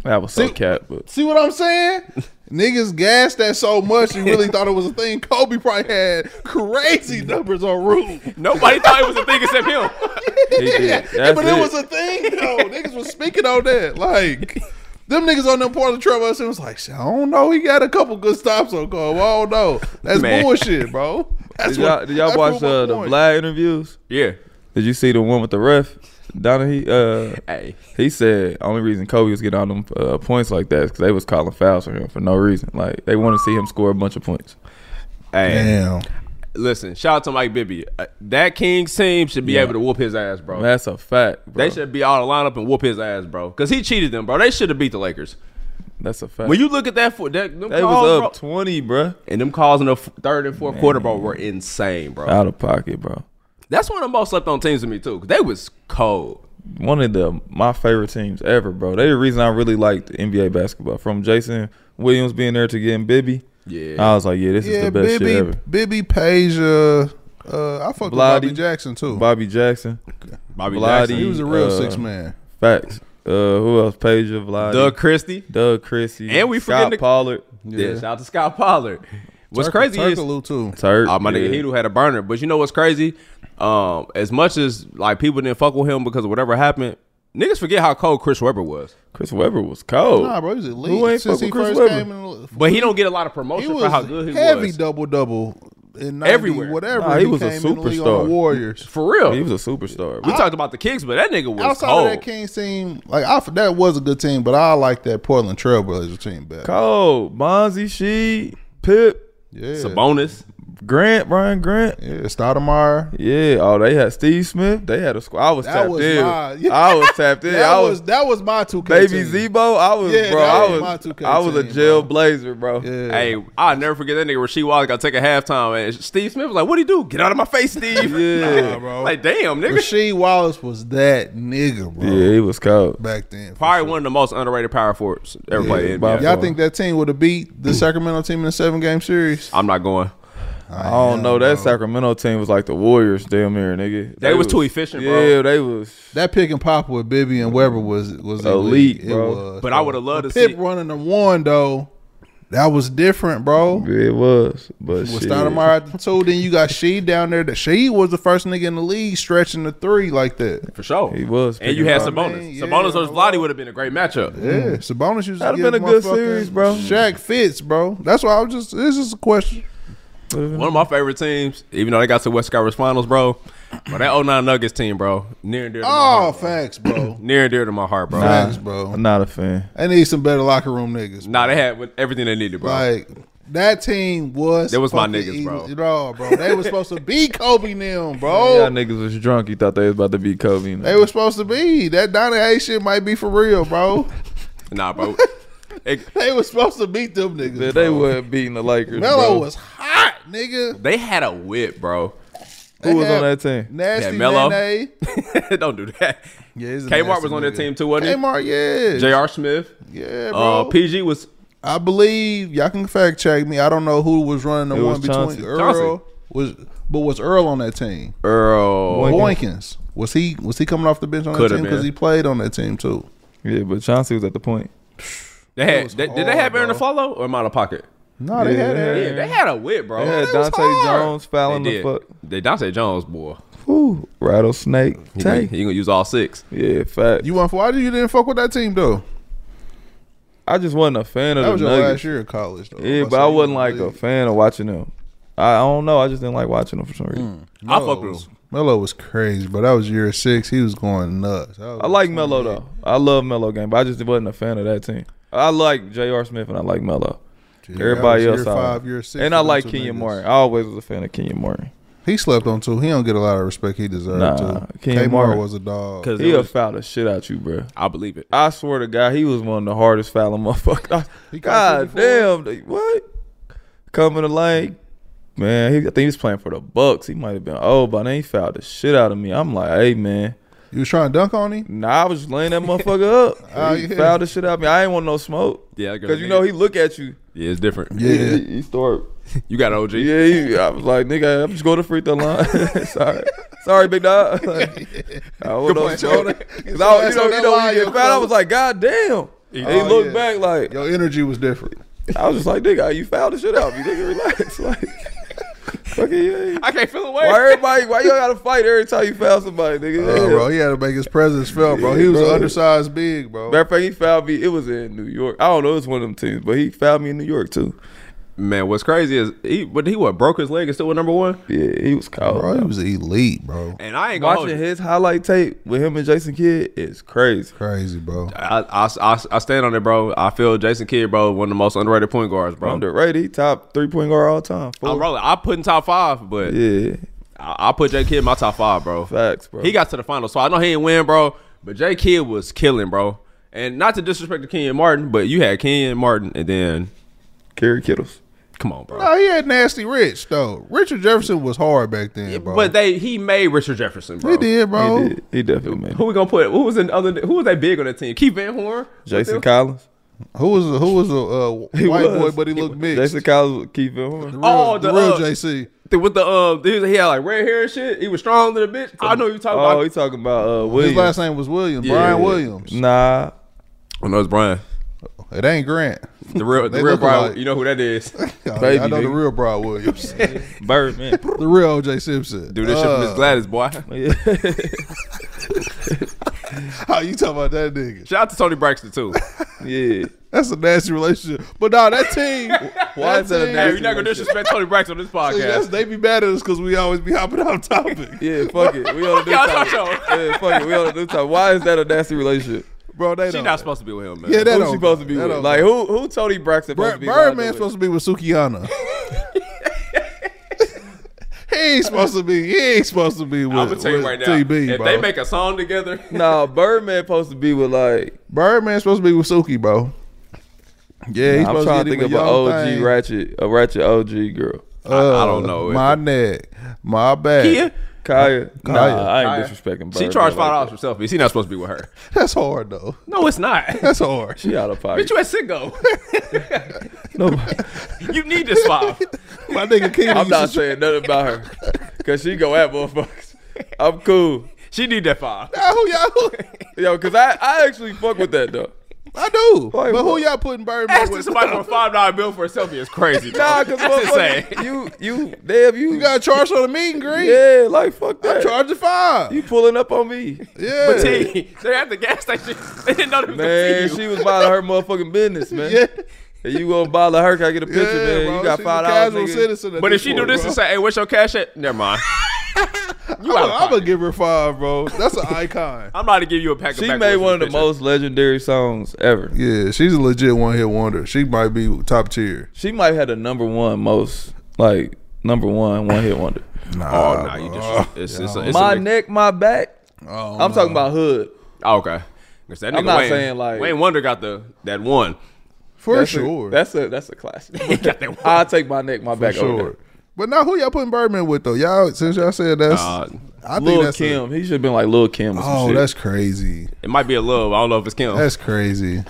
S2: That was so cat, but
S3: See what I'm saying? Niggas gassed that so much, you really thought it was a thing. Kobe probably had crazy numbers on Rue.
S1: Nobody thought it was a thing except him.
S2: he did. That's
S3: but it, was a thing though. niggas was speaking on that. Like them niggas on them part of Trevor Hudson was like, "Shit, I don't know. He got a couple good stops on Cole. I don't know. That's
S1: Man.
S3: bullshit, bro. That's
S2: Did y'all, did y'all
S3: that
S2: watch
S3: proved my
S2: uh, the
S3: point.
S2: Vlad interviews?
S1: Yeah.
S2: Did you see the one with the ref? Donahue, uh,
S1: Hey.
S2: he said only reason Kobe was getting all them uh, points like that is because they was calling fouls for him for no reason. Like they want to see him score a bunch of points.
S1: Hey.
S3: Damn.
S1: Listen, shout out to Mike Bibby. Uh, that Kings team should be able to whoop his ass, bro.
S2: That's a fact. Bro.
S1: They should be out of lineup and whoop his ass, bro. Because he cheated them, bro. They should have beat the Lakers.
S2: That's a fact.
S1: When you look at that, foot, that them
S2: they
S1: calls,
S2: was
S1: bro-
S2: up twenty, bro.
S1: And them calls in the f- third and fourth quarter, bro, were insane, bro.
S2: Out of pocket, bro.
S1: That's one of the most slept on teams to me too. 'cause They was cold.
S2: One of the my favorite teams ever, bro. They the reason I really liked NBA basketball. From Jason Williams being there to getting Bibby,
S1: Yeah.
S2: I was like, yeah, this is
S3: Yeah,
S2: the best shit
S3: Bibby,
S2: ever.
S3: Bibby Page. Uh, uh, I fucked with Bobby
S2: Vlade.
S3: Jackson too.
S2: Bobby Jackson,
S1: Bobby
S2: Vlade.
S1: Jackson,
S3: he was a real
S2: uh,
S3: six man.
S2: facts. Uh, who else? Page of
S1: Doug Christie.
S2: Doug Chrissy,
S1: And we
S2: Scott
S1: forgetting the-
S2: Pollard.
S1: Yeah. shout out to Scott Pollard. What's
S3: Turk-
S1: crazy is
S3: Turkaloo, too.
S1: Turk, oh, my nigga
S3: yeah.
S1: Hedo had a burner. But you know what's crazy? Um, as much as like people didn't fuck with him because of whatever happened, niggas forget how cold Chris Webber was.
S2: Chris Webber was cold.
S3: Nah, bro, he's elite.
S1: Who ain't
S3: Since
S1: fuck
S3: he
S1: with Chris
S3: first
S1: Webber?
S3: came in,
S1: But he don't get a lot of promotion for how good he
S3: heavy
S1: was.
S3: double double in 90,
S1: Everywhere.
S3: whatever.
S1: Nah,
S3: he, was came a superstar. In the league on the Warriors
S1: For real.
S2: He was a superstar.
S1: We talked about the Kings, but that nigga was
S3: Outside
S1: cold.
S3: of that Kings team, like I, that was a good team, but I like that Portland Trailblazers team better.
S2: Cole, Bonzi, She, Pip,
S3: Yeah,
S1: Sabonis.
S2: Grant, Brian Grant.
S3: yeah, Stoudemire.
S2: Yeah, oh, they had Steve Smith. They had a squad. I was
S3: That
S2: tapped
S3: was
S2: in.
S3: mine.
S2: I was tapped in.
S3: That
S2: I
S3: was,
S2: was,
S3: that was my two K
S2: baby Zebo. I was
S3: Yeah,
S2: bro.
S3: that
S2: I
S3: was
S2: was,
S3: my 2K
S2: I was a
S3: team,
S2: jail
S3: bro.
S2: blazer, bro.
S3: Yeah.
S1: Hey, I'll never forget that nigga Rasheed Wallace got take a halftime and Steve Smith was like, What'd he do? Get out of my face, Steve.
S2: Yeah. Nah,
S3: bro.
S1: Like, damn, nigga.
S3: Rasheed Wallace was that nigga, bro.
S2: Yeah, he was cold.
S3: back then. for
S1: Probably one of the most underrated power forwards ever played in the
S2: by
S1: NBA.
S3: Y'all think that team would have beat the Sacramento team in a seven game series?
S1: I'm not going.
S2: I don't know. That Sacramento team was like the Warriors, damn near nigga.
S1: They was too efficient, bro.
S2: Yeah, they was.
S3: That pick and pop with Bibby and Weber was was
S2: Elite,
S3: elite.
S2: bro.
S3: It was.
S1: But I would have loved to
S3: Pip
S1: see
S3: running the one though, that was different, bro.
S2: Yeah, It was, but
S3: With
S2: shit.
S3: Stoudemire at the two, then you got Sheed down there. That Sheed was the first nigga in the league stretching the three like that.
S1: for sure.
S2: He was
S1: And you
S2: picking
S1: had
S2: up.
S1: Sabonis.
S3: Man, yeah,
S1: Sabonis
S3: I
S1: versus Vladi would have been a great matchup.
S3: Yeah, Sabonis used
S2: Hmm. That'd
S3: to
S2: have
S3: give
S2: been a good
S3: motherfucking
S2: series, bro.
S3: Shaq fits, bro. That's why I was just. This is a question.
S1: One of my favorite teams, even though they got to West Conference Finals, bro. But that 09 Nuggets team, bro, near and dear to my
S3: Oh,
S1: heart.
S3: facts, bro.
S1: Near and dear to my heart, bro.
S3: facts, bro.
S2: I'm not a fan.
S3: They need some better locker room niggas.
S1: Nah, they had with- everything they needed, bro.
S3: Like that team was.
S1: They was my
S3: fucking
S1: niggas,
S3: evil-
S1: bro.
S3: Bro, bro. They was supposed to be Kobe and them,
S2: Y'all
S3: bro.
S2: niggas was drunk. You thought they was about to beat Kobe. and
S3: Oh. They were supposed to be. That Donnie A shit might be for real, bro.
S1: Nah, bro. It-
S3: they was supposed to beat them niggas.
S2: they,
S3: bro.
S2: wasn't beating the Lakers.
S3: Melo
S2: bro.
S3: was hot, nigga.
S1: they had a whip, bro.
S2: Who was on
S3: had-
S2: that team?
S3: Nasty
S1: Yeah, Melo.
S3: Nene.
S1: Don't do that.
S3: Yeah, he's a
S1: Kmart
S3: nasty
S1: was on that
S3: nigga.
S1: team too, wasn't he?
S3: Kmart, yeah.
S1: J.R. Smith.
S3: Yeah,
S1: Uh,
S3: bro.
S1: PG was
S3: I believe y'all can fact check me. I don't know who was running
S2: It
S3: the
S2: was
S3: one between
S2: Chauncey.
S3: Earl was, but was Earl on that team?
S1: Earl.
S3: Boykins. Was he was he coming off the bench on
S1: Coulda
S3: that team
S1: been.
S3: because he played on that team too?
S2: Yeah, but Chauncey was at the point.
S1: They
S3: It
S1: had,
S3: was
S1: they, did they
S3: hard,
S1: have Aaron
S3: bro.
S1: Aflalo or Mono Pocket?
S3: No, they had
S2: Yeah.
S3: that.
S1: Yeah, they had a whip, bro.
S2: They had
S1: That was
S2: Dante
S1: hard.
S2: Jones fouling
S1: They
S2: the
S1: did.
S2: fuck.
S1: They Dante Jones, boy.
S2: Ooh, rattlesnake.
S1: He gonna,
S2: Tank.
S1: he gonna use all six.
S2: Yeah, fact.
S3: You want why did you didn't fuck with that team though?
S2: I just wasn't a fan of
S3: That was
S2: the
S3: your last
S2: Nuggets.
S3: year of college though.
S2: Yeah,
S3: That's
S2: but
S3: how
S2: I
S3: you
S2: wasn't like
S3: was
S2: a
S3: big.
S2: fan of watching them. I, I don't know. I just didn't like watching them for some reason.
S1: I fuck with him.
S3: Melo was crazy, but that was year six. He was going nuts. That was
S2: I like
S3: insane.
S2: Melo though. I love Melo game, but I just wasn't a fan of that team. I like J.R. Smith and I like Melo.
S3: that
S2: Everybody
S3: was
S2: else,
S3: year
S2: I-
S3: five, year six
S2: and I
S3: for them
S2: like
S3: two
S2: Kenyon
S3: niggas.
S2: Martin. I always was a fan of Kenyon Martin.
S3: He slept on two. He don't get a lot of respect he deserved
S2: Nah,
S3: to.
S2: Kenyon
S3: Kmart
S2: Martin.
S3: was a dog.
S1: Cause it
S2: He'll
S1: was-
S2: foul the shit out you, bro.
S1: I believe it.
S2: I swear to God, he was one of the hardest fouling motherfuckers.
S3: He caught
S2: God damn, they- what? Coming to lane, man. He, I think he was playing for the Bucks. He might have been old, but then he fouled the shit out of me. I'm like, hey man,
S3: You was trying to dunk on him?
S2: nah, I was just laying that motherfucker up.
S3: Oh,
S2: he
S3: yeah.
S2: fouled the shit out of me. I ain't want no smoke.
S1: Yeah, I got
S2: because
S1: a
S2: you
S1: nigga.
S2: know he look at you.
S1: Yeah, it's different.
S3: Yeah.
S2: He, he start.
S1: You got OG.
S2: Yeah, he, I was like, nigga, I'm just going to free throw line. Sorry. Sorry, big dog. Like, I want no
S3: on,
S2: smoke.
S3: Jordan.
S2: 'Cause I,
S3: Get
S2: was- you
S3: your ass on
S2: know, you
S3: that
S2: know when
S3: line,
S2: you
S3: yo,
S2: get fouled, I
S3: fella.
S2: was like, God damn. He
S3: Oh,
S2: looked
S3: yeah.
S2: back like,
S3: Your energy was different.
S2: I was just like, nigga, you fouled the shit out of me. Nigga, relax. Like, fucking, yeah.
S1: I can't feel away.
S2: Why everybody, why y'all gotta fight every time you foul somebody, nigga?
S3: Oh, bro, he had to make his presence felt, bro. He was
S2: bro.
S3: an undersized big, bro.
S2: Matter of fact, he fouled me. It was in New York. I don't know. It was one of them teams, but he fouled me in New York too.
S1: Man, what's crazy is he, but he what broke his leg and still was number one.
S2: Yeah, he was cold.
S3: Bro, he was elite, bro.
S1: And I ain't gonna hold
S2: Watching
S1: you.
S2: his highlight tape with him and Jason Kidd is crazy.
S3: Crazy, bro.
S1: I, I, I, I stand on it, bro. I feel Jason Kidd, bro, one of the most underrated point guards, bro.
S2: Underrated. He top three point guard all time.
S1: I'm
S2: Four.
S1: rolling. I put in top five, but
S2: Yeah,
S1: I, I put J Kidd in my top five, bro.
S2: facts, bro.
S1: He got to the final, so I know he ain't win, bro. But J Kidd was killing, bro. And not to disrespect to Kenyon Martin, but you had Kenyon Martin, and then
S2: Kerry Kittles.
S1: come on, bro.
S3: No, he had nasty Rich though. Richard Jefferson was hard back then, bro.
S1: But they he made Richard Jefferson, bro.
S3: he did, bro.
S2: He did. He definitely made.
S1: Who
S2: It.
S1: we gonna put? Who was in other? Who was that big on that team? Keith Van Horn,
S2: Jason Collins.
S3: Who was a, who was a uh,
S2: He
S3: white
S2: was.
S3: boy, but he looked mixed.
S2: Jason Collins with Keith Van Horn.
S3: the real,
S1: Oh,
S3: the
S1: the,
S3: real
S1: uh,
S3: JC.
S1: with the um, he he had like red hair and shit. He was strong than a bitch. I know you talking
S2: Oh,
S1: about.
S2: he talking about uh,
S3: His
S2: Williams.
S3: last name was Williams.
S1: Yeah.
S3: Brian Williams.
S2: Nah,
S1: I know it's oh, Brian.
S3: It ain't Grant.
S1: The real,
S3: They
S1: the real
S3: look
S1: Brian.
S3: alike.
S1: You know who that is?
S3: I know the
S1: nigga.
S3: real Brian Williams.
S1: Birdman.
S3: the real OJ Simpson.
S1: Do this shit for Miss
S3: Uh,
S1: Gladys, boy.
S3: How you talking about that nigga?
S1: Shout out to Tony Braxton too.
S2: Yeah.
S3: That's a nasty relationship. But nah, that team.
S1: Why is that a
S3: team-
S1: name? You're not gonna disrespect Tony Braxton on this
S3: See, that's-
S1: podcast.
S3: they be mad at us because we always be hopping off topic.
S2: Yeah, fuck it. We on a new
S1: Y'all
S2: topic.
S1: talk to
S2: Yeah, fuck it. We on a new topic. Why is that a nasty relationship?
S3: Bro, they
S1: She's
S3: don't.
S1: not supposed to be with him, man.
S3: Yeah, that
S2: Who
S3: don't
S2: she supposed to be
S3: that
S2: with?
S3: don't
S2: Like
S3: go.
S2: who? Who Tony Braxton supposed
S3: Bird-
S2: to be?
S3: Birdman's
S2: with?
S3: supposed to be with Sukiana. he ain't supposed to be. He ain't supposed to be with.
S1: I'm gonna tell you
S3: with
S1: right now.
S3: TB,
S1: if
S3: bro.
S1: they make a song together,
S2: Nah, Birdman supposed to be with like.
S3: Birdman's supposed to be with Suki, bro. Yeah,
S2: I'm
S3: he's supposed
S2: trying
S3: to
S2: to
S3: get
S2: think
S3: him
S2: of
S3: a
S2: an
S3: young
S2: OG
S3: thing. Uh,
S2: ratchet, a ratchet OG girl.
S1: I- I don't know.
S3: My neck, my back.
S1: Kia,
S2: Kaya. Nah, I
S1: Kaya.
S2: ain't disrespecting.
S1: she
S2: Birdman like
S1: charged five
S2: that.
S1: dollars for selfies. He's not supposed to be with her.
S3: That's hard though.
S1: No, it's not.
S3: That's hard.
S2: She out of pocket.
S1: Bitch, you at Singo.
S2: Nobody-
S1: you need this five.
S3: My nigga Kia.
S2: I'm not saying nothing about her, cause she go at motherfuckers. I'm cool,
S1: She need that five.
S3: who y'all?
S2: yo, cause I, I actually fuck with that though.
S3: I do.
S2: Like,
S3: but who
S2: what?
S3: y'all putting Birdman
S1: Asking
S3: with?
S1: somebody for a five dollar bill for a selfie is crazy. Bro.
S2: Nah, cause
S1: That's
S2: motherfucker,
S1: insane.
S2: you, you, damn, you,
S3: You got charged on the meet and greet.
S2: yeah, like fuck that.
S3: I'm charging five.
S2: you pulling up on me,
S3: yeah.
S1: But T, they at the gas station. They didn't know they was
S2: man.
S1: gonna see
S2: She
S1: you.
S2: was bothering her motherfucking business, man.
S3: Yeah.
S2: And you gonna bother her? Can I get a picture, man?
S3: bro,
S2: you got
S3: she's a
S2: five
S3: casual
S2: dollars, nigga.
S3: citizen at
S1: But if she do
S3: point,
S1: this
S3: bro.
S1: and say, "Hey, what's your cash at?" Never mind. you out of
S3: I'm gonna
S1: pocket.
S3: give her five, bro. That's an icon.
S1: I'm about to give you a pack. of
S2: She
S1: backwoods
S2: made
S1: for
S2: one of the
S1: picture.
S2: most legendary songs ever.
S3: Yeah, she's a legit one hit wonder. She might be top tier.
S2: She might have had the number one most, like number one one hit wonder.
S1: Oh no, you just it's, it's, a- it's
S2: my
S1: a,
S2: neck, my back.
S3: Oh,
S2: I'm talking about hood.
S1: Oh, okay. 'Cause That nigga
S2: I'm not
S1: Wayne,
S2: saying, like-
S1: Wayne Wonder got the that one.
S3: For
S2: that's
S3: sure.
S2: A, that's a that's a classic.
S1: got that one.
S2: I'll take my neck, my
S3: for
S2: back over.
S3: sure.
S2: that.
S3: But now who y'all putting Birdman with though? Y'all since y'all said that's
S1: Uh,
S3: I think
S2: Lil
S3: that's a-
S2: Kim. he should have been like Lil Kim or some
S3: oh,
S2: shit.
S3: that's crazy.
S1: It might be a love. I don't know if it's Kim.
S3: That's crazy.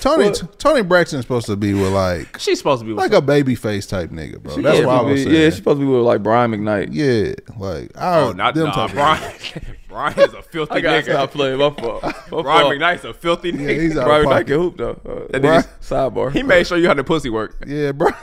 S3: Tony Tony Braxton's supposed to be with like
S1: She's supposed to be with
S3: like a baby face type nigga, bro.
S2: She
S3: That's
S2: supposed
S3: what I
S2: to
S3: was
S2: be, Yeah,
S3: saying.
S2: she's supposed to be with like Brian McKnight.
S3: Yeah, like I
S1: Oh, not
S3: them
S1: nah,
S3: type of-
S1: Brian. Brian is a filthy
S2: I gotta
S1: nigga.
S2: stop playing. My fault. My fault.
S1: Brian McKnight's a filthy nigga.
S3: he's out of
S2: Brian McKnight
S3: pocket.
S2: can hoop though. Uh,
S1: That nigga's-
S2: sidebar.
S1: he made sure you how the pussy work.
S3: Yeah, bro.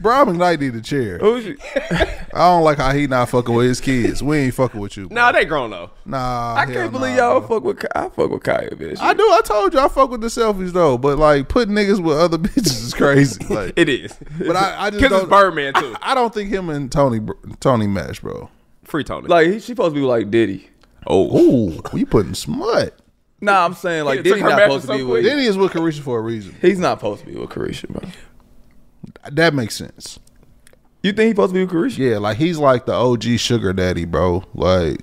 S3: Brian McKnight need a chair.
S2: Who's you?
S3: I don't like how he not fucking with his kids. We ain't fucking with you. bro.
S1: Nah, they grown though.
S3: nah.
S2: I
S3: hell
S2: can't
S3: nah,
S2: believe y'all
S3: bro.
S2: fuck with. Ka- I fuck with Kaya, bitch.
S3: I do. I told you I fuck with the selfies though, but like putting niggas with other bitches is crazy. Like,
S1: It is.
S3: but I, I just
S1: Because it's
S3: don't-
S1: Birdman too.
S3: I don't think him and Tony br- Tony match, bro.
S1: Free Tony.
S2: Like he, she supposed to be with, like Diddy.
S1: oh,
S3: Ooh, you putting smut.
S2: Nah, I'm saying like
S1: took
S2: Diddy
S1: her
S2: not
S1: back
S2: supposed
S1: to
S2: to be
S1: some
S2: with.
S3: Diddy is with Carisha for a reason.
S2: He's not supposed to be with Carisha, bro.
S3: That makes sense.
S2: You think he's supposed to be with Carisha?
S3: Yeah, like he's like the OG sugar daddy, bro. Like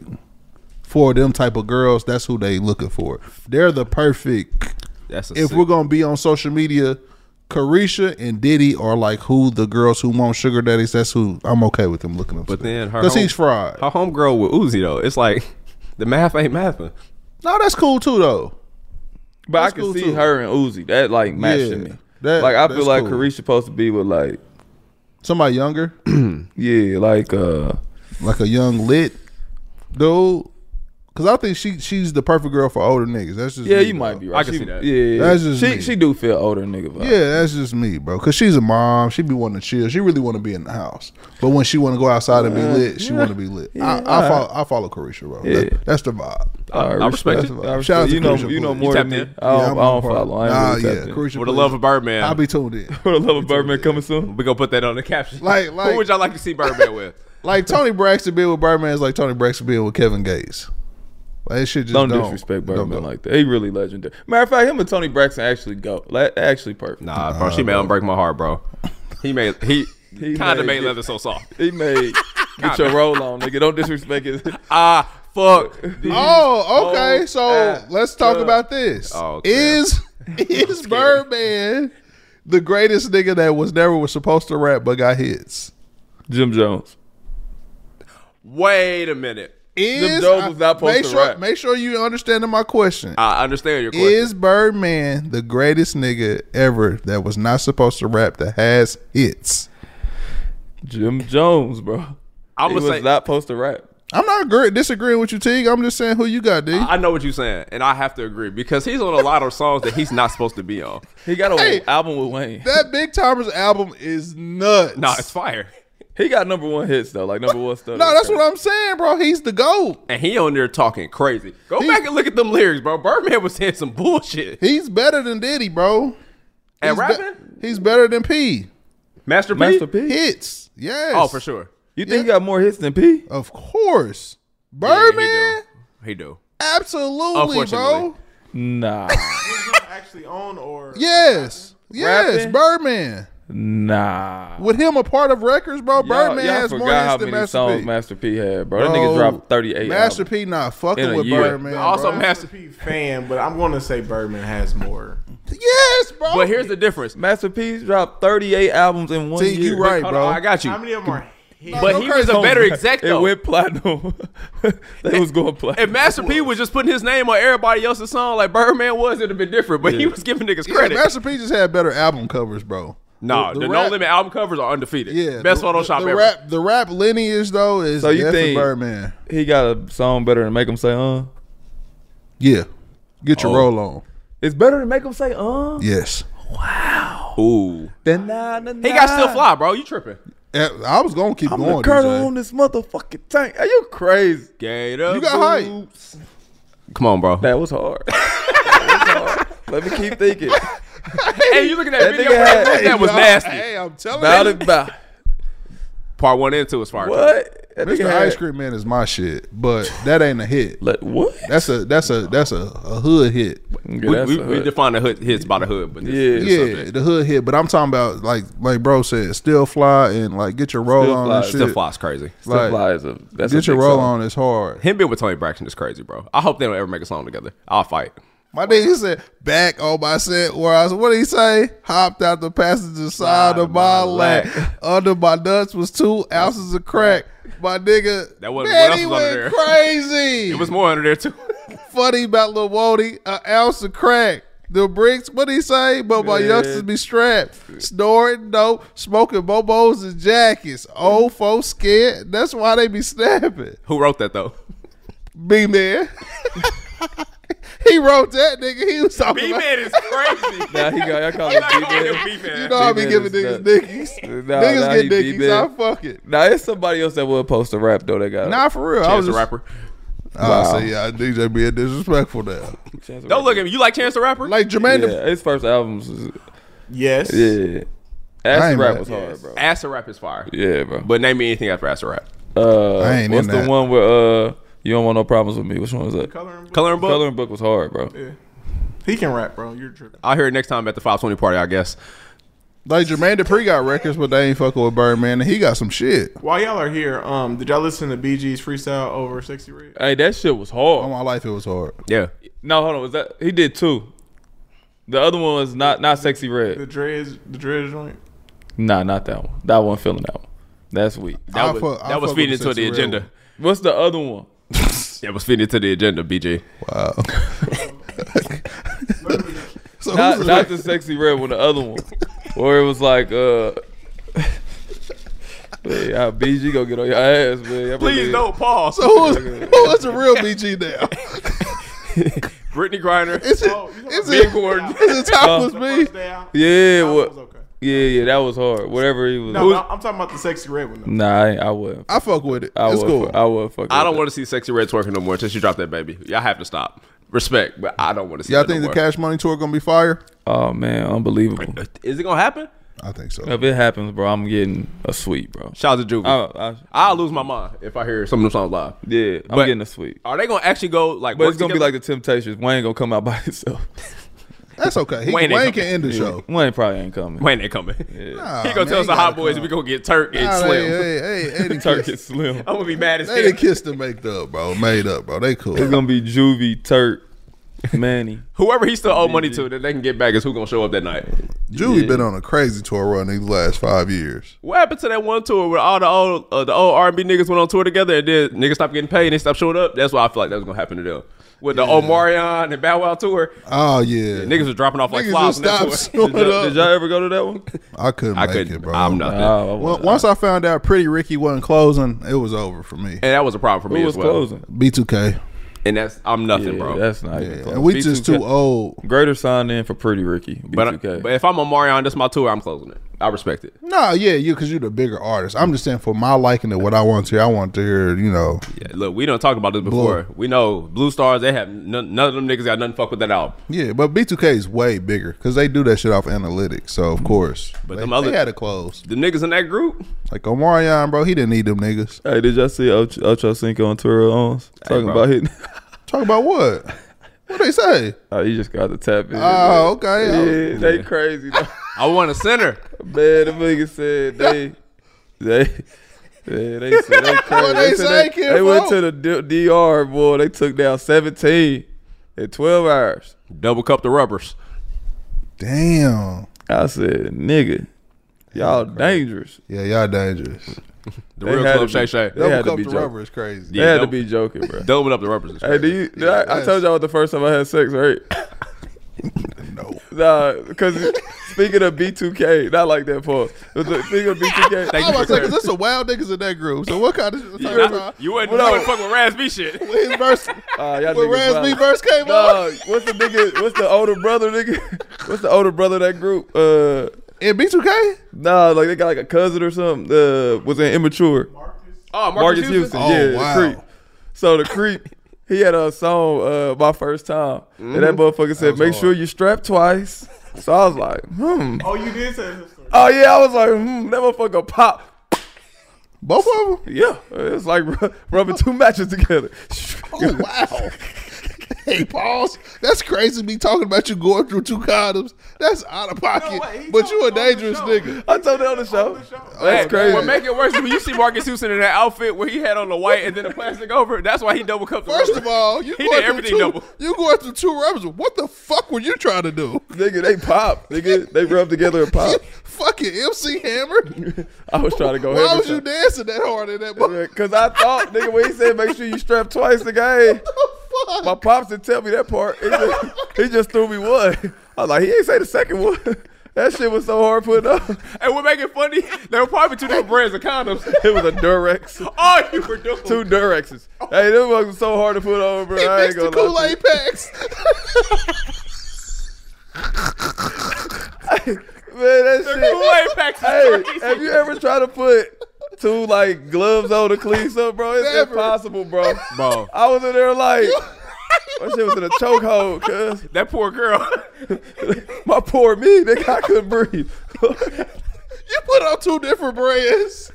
S3: for them type of girls, that's who they looking for. They're the perfect.
S1: that's a
S3: If
S1: sick-
S3: we're gonna be on social media, Carisha and Diddy are like who the girls who want sugar daddies. That's who I'm okay with them looking up.
S1: But then her
S3: because
S1: home-
S3: he's fried.
S1: her homegirl with Uzi though. It's like the math ain't mathing.
S3: No, that's cool too though.
S2: But I
S3: That's
S2: can
S3: cool,
S2: see
S3: too.
S2: her and Uzi. That like matched to
S3: Yeah,
S2: me.
S3: that-
S2: like I
S3: that's
S2: feel like
S3: cool.
S2: Carisha supposed to be with like
S3: Somebody younger,
S2: yeah, like uh
S3: like a young lit dude. Because I think she she's the perfect girl for older niggas. That's just
S2: yeah,
S3: me,
S2: you might
S3: though.
S2: be right.
S1: I can
S2: She-
S1: see that.
S2: Yeah, yeah,
S3: That's
S2: yeah.
S3: just
S2: she
S3: me.
S2: she do feel older nigga vibe.
S3: Yeah, that's just me, bro. Cause she's a mom. She be wanting to chill. She really want to be in the house. But when she want to go outside and be lit, she want to be lit. I, I follow. I follow Carisha, bro. That-
S2: Yeah.
S3: that's the vibe.
S2: All right,
S1: I respect
S2: that's
S1: it.
S2: what I
S3: Shout
S2: respect.
S3: out to
S2: you know
S3: Carisha
S2: you know
S3: Cole.
S2: more
S1: You
S2: than
S1: tapped
S2: me.
S1: in?
S2: I
S3: Yeah,
S2: don't,
S3: I'm
S2: I
S3: on
S2: don't
S3: par.
S2: follow. I ain't
S3: Nah,
S2: really tapped
S3: yeah,
S2: in.
S3: Carisha.
S1: For the love of Birdman,
S3: I'll be tuned in.
S2: For the love of Birdman coming soon.
S1: we gonna put that on the caption.
S3: Like- like-
S1: who would y'all like to see Birdman with?
S3: Like Tony Braxton being with Birdman is like Tony Braxton being with Kevin Gates. Like it should just
S2: Don't,
S3: don't,
S2: disrespect
S3: don't
S2: Birdman
S3: go.
S2: like that. He really legendary. Matter of fact, him and Tony Braxton actually go. Like, actually perfect.
S1: Nah, bro, she made him break my heart, bro. He made he, kind
S2: made-
S1: of made leather so soft.
S2: He made get your roll on, nigga. Don't disrespect his
S1: Ah, fuck.
S3: Oh, okay.
S2: Oh,
S3: so
S2: ah,
S3: let's talk about this.
S1: Oh, crap.
S3: is is Birdman the greatest nigga that was never was supposed to rap but got hits?
S2: Jim Jones.
S1: Wait a minute.
S3: Is
S2: Jones was not supposed
S3: make
S2: to
S3: sure
S2: rap.
S3: make sure you understanding my question.
S1: I understand your question.
S3: Is Birdman the greatest nigga ever that was not supposed to rap that has hits?
S2: Jim Jones, bro.
S1: I
S2: he
S1: would
S2: was
S1: say-
S2: not supposed to rap.
S3: I'm not agree- disagreeing with you, Teague. I'm just saying who you got, D.
S1: I know what you're saying, and I have to agree because he's on a lot of songs that he's not supposed to be on.
S2: He got an album with Wayne.
S3: that Big Timers album is nuts.
S1: Nah, it's fire.
S2: He got number one hits though, like number one stuff.
S3: No, that's what I'm saying, bro. He's the GOAT.
S1: And he on there talking crazy. Go back and look at them lyrics, bro. Birdman was saying some bullshit.
S3: He's better than Diddy, bro.
S1: And
S3: he's
S1: rapping?
S3: he's better than P.
S1: Master P?
S2: Master P.
S3: Hits. Yes.
S1: Oh, for sure.
S2: You think he got more hits than P?
S3: Of course. Birdman?
S1: Yeah, he do. He do.
S3: Absolutely, bro.
S1: Unfortunately.
S2: Nah,
S4: actually on or
S3: Yes. Yes,
S2: Rapping?
S3: Birdman.
S2: nah.
S3: With him a part of records, bro,
S2: Y'all,
S3: Birdman
S2: y'all
S3: has more
S2: forgot how
S3: hits
S2: many
S3: than Master
S2: songs
S3: P.
S2: Master P had, bro. That
S3: Bro,
S2: nigga dropped 38
S3: Master
S2: albums.
S3: P not
S2: In a
S3: fucking with
S2: year.
S3: Birdman.
S1: Also,
S3: bro.
S1: Master.
S4: P fan, but I'm going to say Birdman has more.
S3: Yes, bro.
S1: But here's the difference.
S2: Master P dropped 38 albums in one
S3: Teague,
S2: year.
S3: you right,
S1: Hold
S3: bro.
S1: on, I got you.
S4: How many of them are? hits?
S1: But
S3: Go
S1: he was
S3: crazy.
S1: a better exec
S2: It
S1: though.
S2: went platinum. they was going
S1: if
S2: platinum.
S1: Master P was just putting his name on everybody else's song like Birdman was, it'd have been different. But he was giving niggas
S3: yeah,
S1: credit.
S3: Master P just had better album covers, bro.
S1: nah, the,
S3: the
S1: No
S3: rap-
S1: Limit album covers are undefeated.
S3: Yeah,
S1: best
S3: the,
S1: Photoshop
S3: the
S1: ever.
S3: Rap, the rap lineage though is
S2: So you
S3: definitely
S2: think-
S3: Birdman.
S2: he got a song better than Make Him Say Uh.
S3: Yeah, get
S2: Oh.
S3: your roll on.
S2: It's better than Make Him Say Uh.
S3: Yes,
S1: Ooh,
S2: Than nah, nah,
S1: he got still fly, bro. You tripping?
S3: Eh, I was gonna keep
S2: I'm
S3: going.
S2: the colonel
S3: DJ.
S2: on this motherfucking tank. Are you crazy?
S1: Gator.
S3: You got hype.
S1: Come on, bro.
S2: That was hard. That was hard. Let me keep thinking.
S1: Hey, you look at that,
S2: That
S1: video?
S2: nigga had-
S1: bro, that was
S3: Hey,
S1: nasty.
S3: Hey, I'm telling
S2: About
S3: you,
S2: it, about
S1: Part one and two is fire.
S2: what? That
S3: Mr.
S2: nigga had-
S3: Ice Cream Man is my shit, but that ain't a hit.
S2: Let what?
S3: That's a that's a that's a, a hood hit.
S2: Yeah,
S1: We,
S2: that's
S1: we,
S2: a
S1: we
S2: hood.
S1: define the hood hits by the hood, but this,
S2: Yeah.
S1: this
S3: Yeah,
S1: subject.
S3: the hood hit. But I'm talking about like like bro said, still fly and like get your roll
S2: Still
S3: on
S2: Fly,
S3: and shit.
S2: Still
S1: still flies crazy.
S2: Still
S3: like,
S2: Fly is a- that's a
S3: Get your
S2: big
S3: roll
S2: song.
S3: on is hard.
S1: Him being with Tony Braxton is crazy, bro. I hope they don't ever make a song together. I'll fight.
S3: My nigga said, back on my set where I was, what did he say? Hopped out the passenger side of my lap. Under my nuts was two ounces of crack. My nigga,
S1: That wasn't-
S3: man,
S1: what else
S3: he
S1: was under
S3: went
S1: there?
S3: crazy.
S1: It was more under there too.
S3: funny about Lil Wody, an ounce of crack. The bricks, what did he say? But my youngsters be strapped. Snoring dope, smoking bobos and jackets. Old folks scared. That's why they be snapping.
S1: Who wrote that though?
S3: B man. he wrote that nigga. He was talking about.
S1: is crazy.
S2: Nah, he got. I call him B-Man.
S3: You know I be
S2: B-Man
S3: giving
S2: is
S3: niggas
S2: nuts.
S3: dickies.
S2: Nah,
S3: niggas
S2: nah, he
S3: get
S2: be
S3: dickies. I
S2: bad.
S3: fuck it.
S2: Nah, it's somebody else that would post a rap though. They got
S3: Nah, for real. I
S1: Chance
S3: was
S1: the
S3: just,
S1: rapper.
S3: Oh, so yeah, DJ being disrespectful now.
S1: Don't look at me. You like Chance the rapper?
S3: Like Jermaine,
S2: Yeah,
S3: the
S2: his first albums. Was,
S4: Yes.
S2: yeah,
S3: I
S2: acid
S3: ain't
S2: rap
S3: mad.
S2: was hard, bro.
S1: Ass to rap is fire.
S2: Yeah, bro.
S1: But name me anything after ass to rap.
S2: Uh,
S3: I ain't
S2: what's
S3: in
S2: the
S3: that.
S2: one where uh you don't want no problems with me? Which one was that?
S4: Coloring book.
S1: Coloring book.
S2: Coloring book was hard, bro.
S4: He can rap, bro. You're tripping.
S1: I'll hear it next time at the 520 party, I guess.
S3: like Jermaine Dupri got records, but they ain't fucking with Birdman, and he got some shit.
S4: While y'all are here, um, did y'all listen to BG's freestyle over 60 Red?
S2: Hey, that shit was
S3: All
S2: hard.
S3: my life, it was hard.
S1: Yeah.
S2: No, hold on. Was that he did two? The other one was not not sexy
S4: The
S2: red.
S4: dreads, the dread joint.
S2: Nah, not that one. That one feeling that one. That's weak.
S1: That
S3: I
S1: was,
S3: fuck- I
S1: that was
S3: fuck
S1: feeding
S3: with
S1: into the
S3: Sexy Red
S1: agenda.
S3: one.
S2: What's the other one?
S1: That was feeding into the agenda, BG.
S3: Wow. so
S2: Not,
S3: who's
S2: not the sexy red one. The other one, where it was like uh. Man, y'all BG gonna get on your ass, man. Y'all
S1: Please
S2: really-
S1: don't pause.
S3: so who's, who is the real BG now?
S1: Brittany Griner.
S3: Is it
S4: Oh, you talking
S3: is
S4: about
S3: it,
S4: Big Gordon.
S3: is it topless
S4: The
S3: me?
S4: first day out.
S2: Yeah,
S4: That
S2: what?
S4: was okay.
S2: Yeah, yeah, that was hard. Whatever he was.
S4: No, no, I'm talking about the sexy red one. Though.
S2: Nah, I, ain't- I wouldn't.
S3: I fuck with it.
S2: I
S3: it's
S2: would.
S3: cool.
S2: I would fuck.
S1: I don't want to see Sexy Red twerking no more until she dropped that baby. Y'all have to stop. Respect, but I don't want to see.
S3: Y'all
S1: that no
S3: think the
S1: more.
S3: Cash Money tour gonna be fire?
S2: Oh man, unbelievable.
S1: is it gonna happen?
S3: I think so.
S2: If it happens, bro, I'm getting a sweep, bro.
S1: Shout out to Juvie.
S2: I, I,
S1: I'll lose my mind if I hear some of them songs live.
S2: Oh. yeah, I'm
S1: But-
S2: getting a sweep.
S1: Are they gonna actually go like?
S2: But
S1: work
S2: it's gonna be like
S1: together?
S2: the Temptations. Wayne gonna come out by himself.
S3: That's okay. He,
S1: Wayne ain't
S3: Wayne,
S1: coming.
S3: can end the show.
S2: Wayne probably ain't coming.
S1: Wayne ain't coming.
S3: Nah,
S1: he gonna
S3: man,
S1: tell us the
S3: gotta
S1: hot boys
S3: come.
S1: we gonna get Turk and
S3: Nah,
S1: Slim.
S3: Hey, hey, hey, hey, they
S2: Turk
S3: kissed-
S2: is slim.
S1: I'm gonna be mad as
S3: They done
S1: hell.
S3: kissed and made up, bro. Made up, bro. They cool.
S2: It's gonna be Juvie, Turk, Manny.
S1: Whoever he still owe money to that they can get back is who gonna show up that night.
S3: Julie
S1: Yeah.
S3: been on a crazy tour run these last five years.
S1: What happened to that one tour where all the old uh, the old R and B niggas went on tour together and then niggas stopped getting paid and they stopped showing up? That's why I feel like that was gonna happen to them with the Omarion and Bow Wow tour.
S3: Oh yeah,
S1: Niggas was dropping off like
S3: Niggas
S1: flies on
S3: just
S1: that tour.
S3: stopped showing
S1: Did y'all-
S3: up.
S1: did y'all ever go to that one?
S3: I couldn't
S1: I
S3: make
S1: couldn't.
S3: it, bro.
S1: I'm not.
S3: Well, once I found out Pretty Ricky wasn't closing, it was over for me.
S1: And that was a problem for me
S3: Who
S1: as
S3: was
S1: well.
S3: closing? B2K.
S1: And that's I'm nothing,
S2: Yeah,
S1: bro.
S2: That's not even close.
S3: and we just too old.
S2: Greater sign in for Pretty Ricky.
S1: But, I-
S2: B2K.
S1: but if I'm Omarion, that's my tour. I'm closing it. I respect it.
S3: Nah, yeah, you because you're the bigger artist. I'm just saying for my liking of what I want to hear, I want to hear, you know,
S1: Yeah, look, we don't talk about this before. We know Blue Stars. They have none, none of them niggas got nothing fuck with that album.
S3: yeah. But B2K is way bigger because they do that shit off analytics. So of course,
S1: But
S3: they,
S1: them other
S3: they had to close.
S1: The niggas in that group.
S3: Like Omarion, bro, he didn't need them niggas.
S2: Hey, did y'all see Ocho, Ocho Cinco on Turo Owens talking
S1: bro.
S2: about hitting?
S3: Talk about what? What they say?
S2: oh, you just got to tap in.
S3: Oh, okay.
S2: Yeah,
S3: Oh,
S2: they crazy. Though.
S1: I want a center.
S2: Man, the nigga said they, they, man, they said they crazy.
S3: What they
S2: said
S3: say,
S2: they,
S3: Kid
S2: they went
S3: Flo?
S2: to the D- DR boy. They took down seventeen in twelve hours.
S1: Double cup the rubbers.
S3: Damn.
S2: I said, nigga, y'all dangerous.
S3: Yeah, y'all dangerous.
S1: The
S2: They
S1: real
S2: had
S1: club
S2: to
S1: Shay
S2: be-
S1: Shay.
S2: They had to
S3: Double cup
S2: be
S3: the
S2: joking.
S3: rubber is crazy.
S2: They
S1: Yeah,
S2: had to
S1: don't-
S2: be joking, bro.
S1: Doubling up the rubbers. is
S2: Hey,
S1: crazy.
S2: do you? Did I, I told y'all the first time I had sex, right?
S3: No.
S2: Nah, because speaking of B2K, not like that, Paul. Speaking of B2K,
S3: I was like, this some wild niggas in that group. So what kind of
S1: You wouldn't, you wouldn't
S2: What up?
S1: fuck with Raspy shit.
S3: his verse,
S2: Ah, y'all
S3: when
S2: niggas
S3: Raz B
S2: wild.
S3: verse came
S2: Dog,
S3: on,
S2: what's the nigga? What's the older brother, nigga? What's the older brother of that group? Uh,
S3: in B2K,
S2: nah, like they got like a cousin or something. Uh, was an immature.
S1: Oh,
S2: Marcus Houston,
S3: Oh,
S2: yeah,
S3: wow.
S2: the creep. So the creep, he had a song, uh, my first time, and
S1: Mm-hmm.
S2: that motherfucker said, "Make sure you strap twice." So I was like, "Hmm."
S4: Oh, you did say that story.
S2: Oh yeah, I was like, "Hmm." That motherfucker pop.
S3: both of them.
S2: Yeah, it's like ru- rubbing two matches together.
S3: Oh wow. hey, pause. That's crazy. Me talking about you going through two condoms. That's out of pocket.
S4: way. He
S3: but you a
S4: told me on the
S3: dangerous
S4: show.
S3: nigga.
S2: I told it on the show. That's
S1: Hey,
S2: crazy.
S1: What make it worse is when you see Marcus Houston in that outfit where he had on the white and then the plastic over. That's why he double cupped. the
S3: First
S1: rubber.
S3: of all, you
S1: He
S3: going
S1: did
S3: through
S1: everything
S3: two.
S1: double.
S3: You going through two rubbers. What the fuck were you trying to do?
S2: Nigga, they pop. Nigga, they rub together and pop.
S3: Fucking MC Hammer.
S2: I was trying to go.
S3: Why
S2: heavy
S3: was you
S2: something.
S3: dancing that hard in that? mo-
S2: Cause I thought, nigga, when he said make sure you strap twice, nigga, hey,
S3: What the
S2: my
S3: fuck?
S2: pops didn't tell me that part. He just, he just threw me one. I was like, he ain't say the second one. That shit was so hard putting up.
S1: and what make it funny? There were probably two different brands of condoms.
S2: It was a Durex,
S1: Oh, you were doing
S2: two Durexes. Hey, them was so hard to put on, bro.
S3: He
S2: I ain't
S3: mixed the
S2: gonna lie to
S3: Kool
S2: you.
S3: Aid packs.
S2: Man, that shit.
S1: Kool-Aid packs is
S2: Hey,
S1: crazy.
S2: have you ever tried to put two like gloves on to clean something, bro? It's
S3: Never.
S2: impossible, bro.
S1: Bro.
S2: I was in there like my shit was in a chokehold, cuz.
S1: that poor girl.
S2: My poor me, nigga, I couldn't breathe.
S3: You put on two different brands.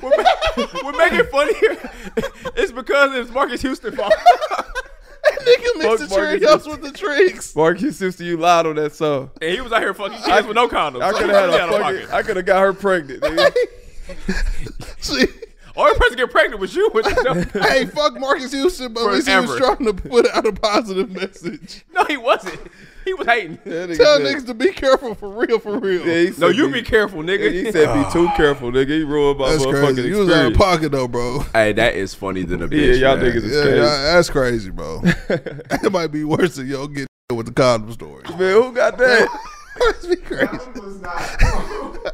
S1: what make it funnier? It's because it's Marcus Houston fault.
S3: Nigga mix the
S2: Fuck Marcus
S3: Cheerios with the drinks.
S2: Marcus Sister, you lied on that song.
S1: and he was out here fucking kids with no condoms.
S2: I could have had a fucking, I could have got her pregnant. Nigga.
S3: See,
S1: Only person get pregnant was you. no,
S3: hey, fuck Marcus Houston, but at least he was
S1: Forever.
S3: trying to put out a positive message.
S1: he wasn't. He was hating.
S2: That nigga
S3: Tell
S2: said-
S3: niggas to be careful for real, for real.
S2: Yeah, he
S1: No,
S2: said
S1: you be careful, nigga.
S2: He said be too careful, nigga. He ruined my
S3: that's
S2: motherfucking
S3: crazy. You was out
S2: experience.
S3: of pocket though, bro.
S1: Hey, that is funny than a
S2: yeah,
S1: bitch.
S2: y'all
S1: man.
S2: niggas is
S3: Yeah,
S2: crazy.
S3: yeah, that's crazy, bro. that might be worse than y'all getting with the condom story.
S2: Man, who got that?
S3: Must be crazy.
S4: That was not.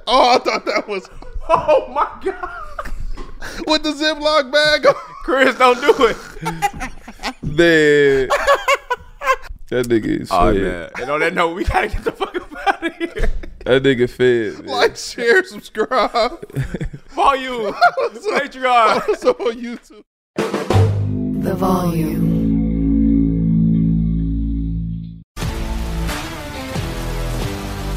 S3: Oh, I thought that was
S1: Oh my god,
S3: with the Ziploc bag. on.
S1: Chris, don't do it.
S2: Man. That nigga is
S1: Oh
S2: fed.
S1: man. And on that note, we gotta get the fuck up out of here.
S2: That nigga fed. man.
S3: like, share, subscribe.
S1: Follow you, Patreon.
S3: also on YouTube.
S8: The volume.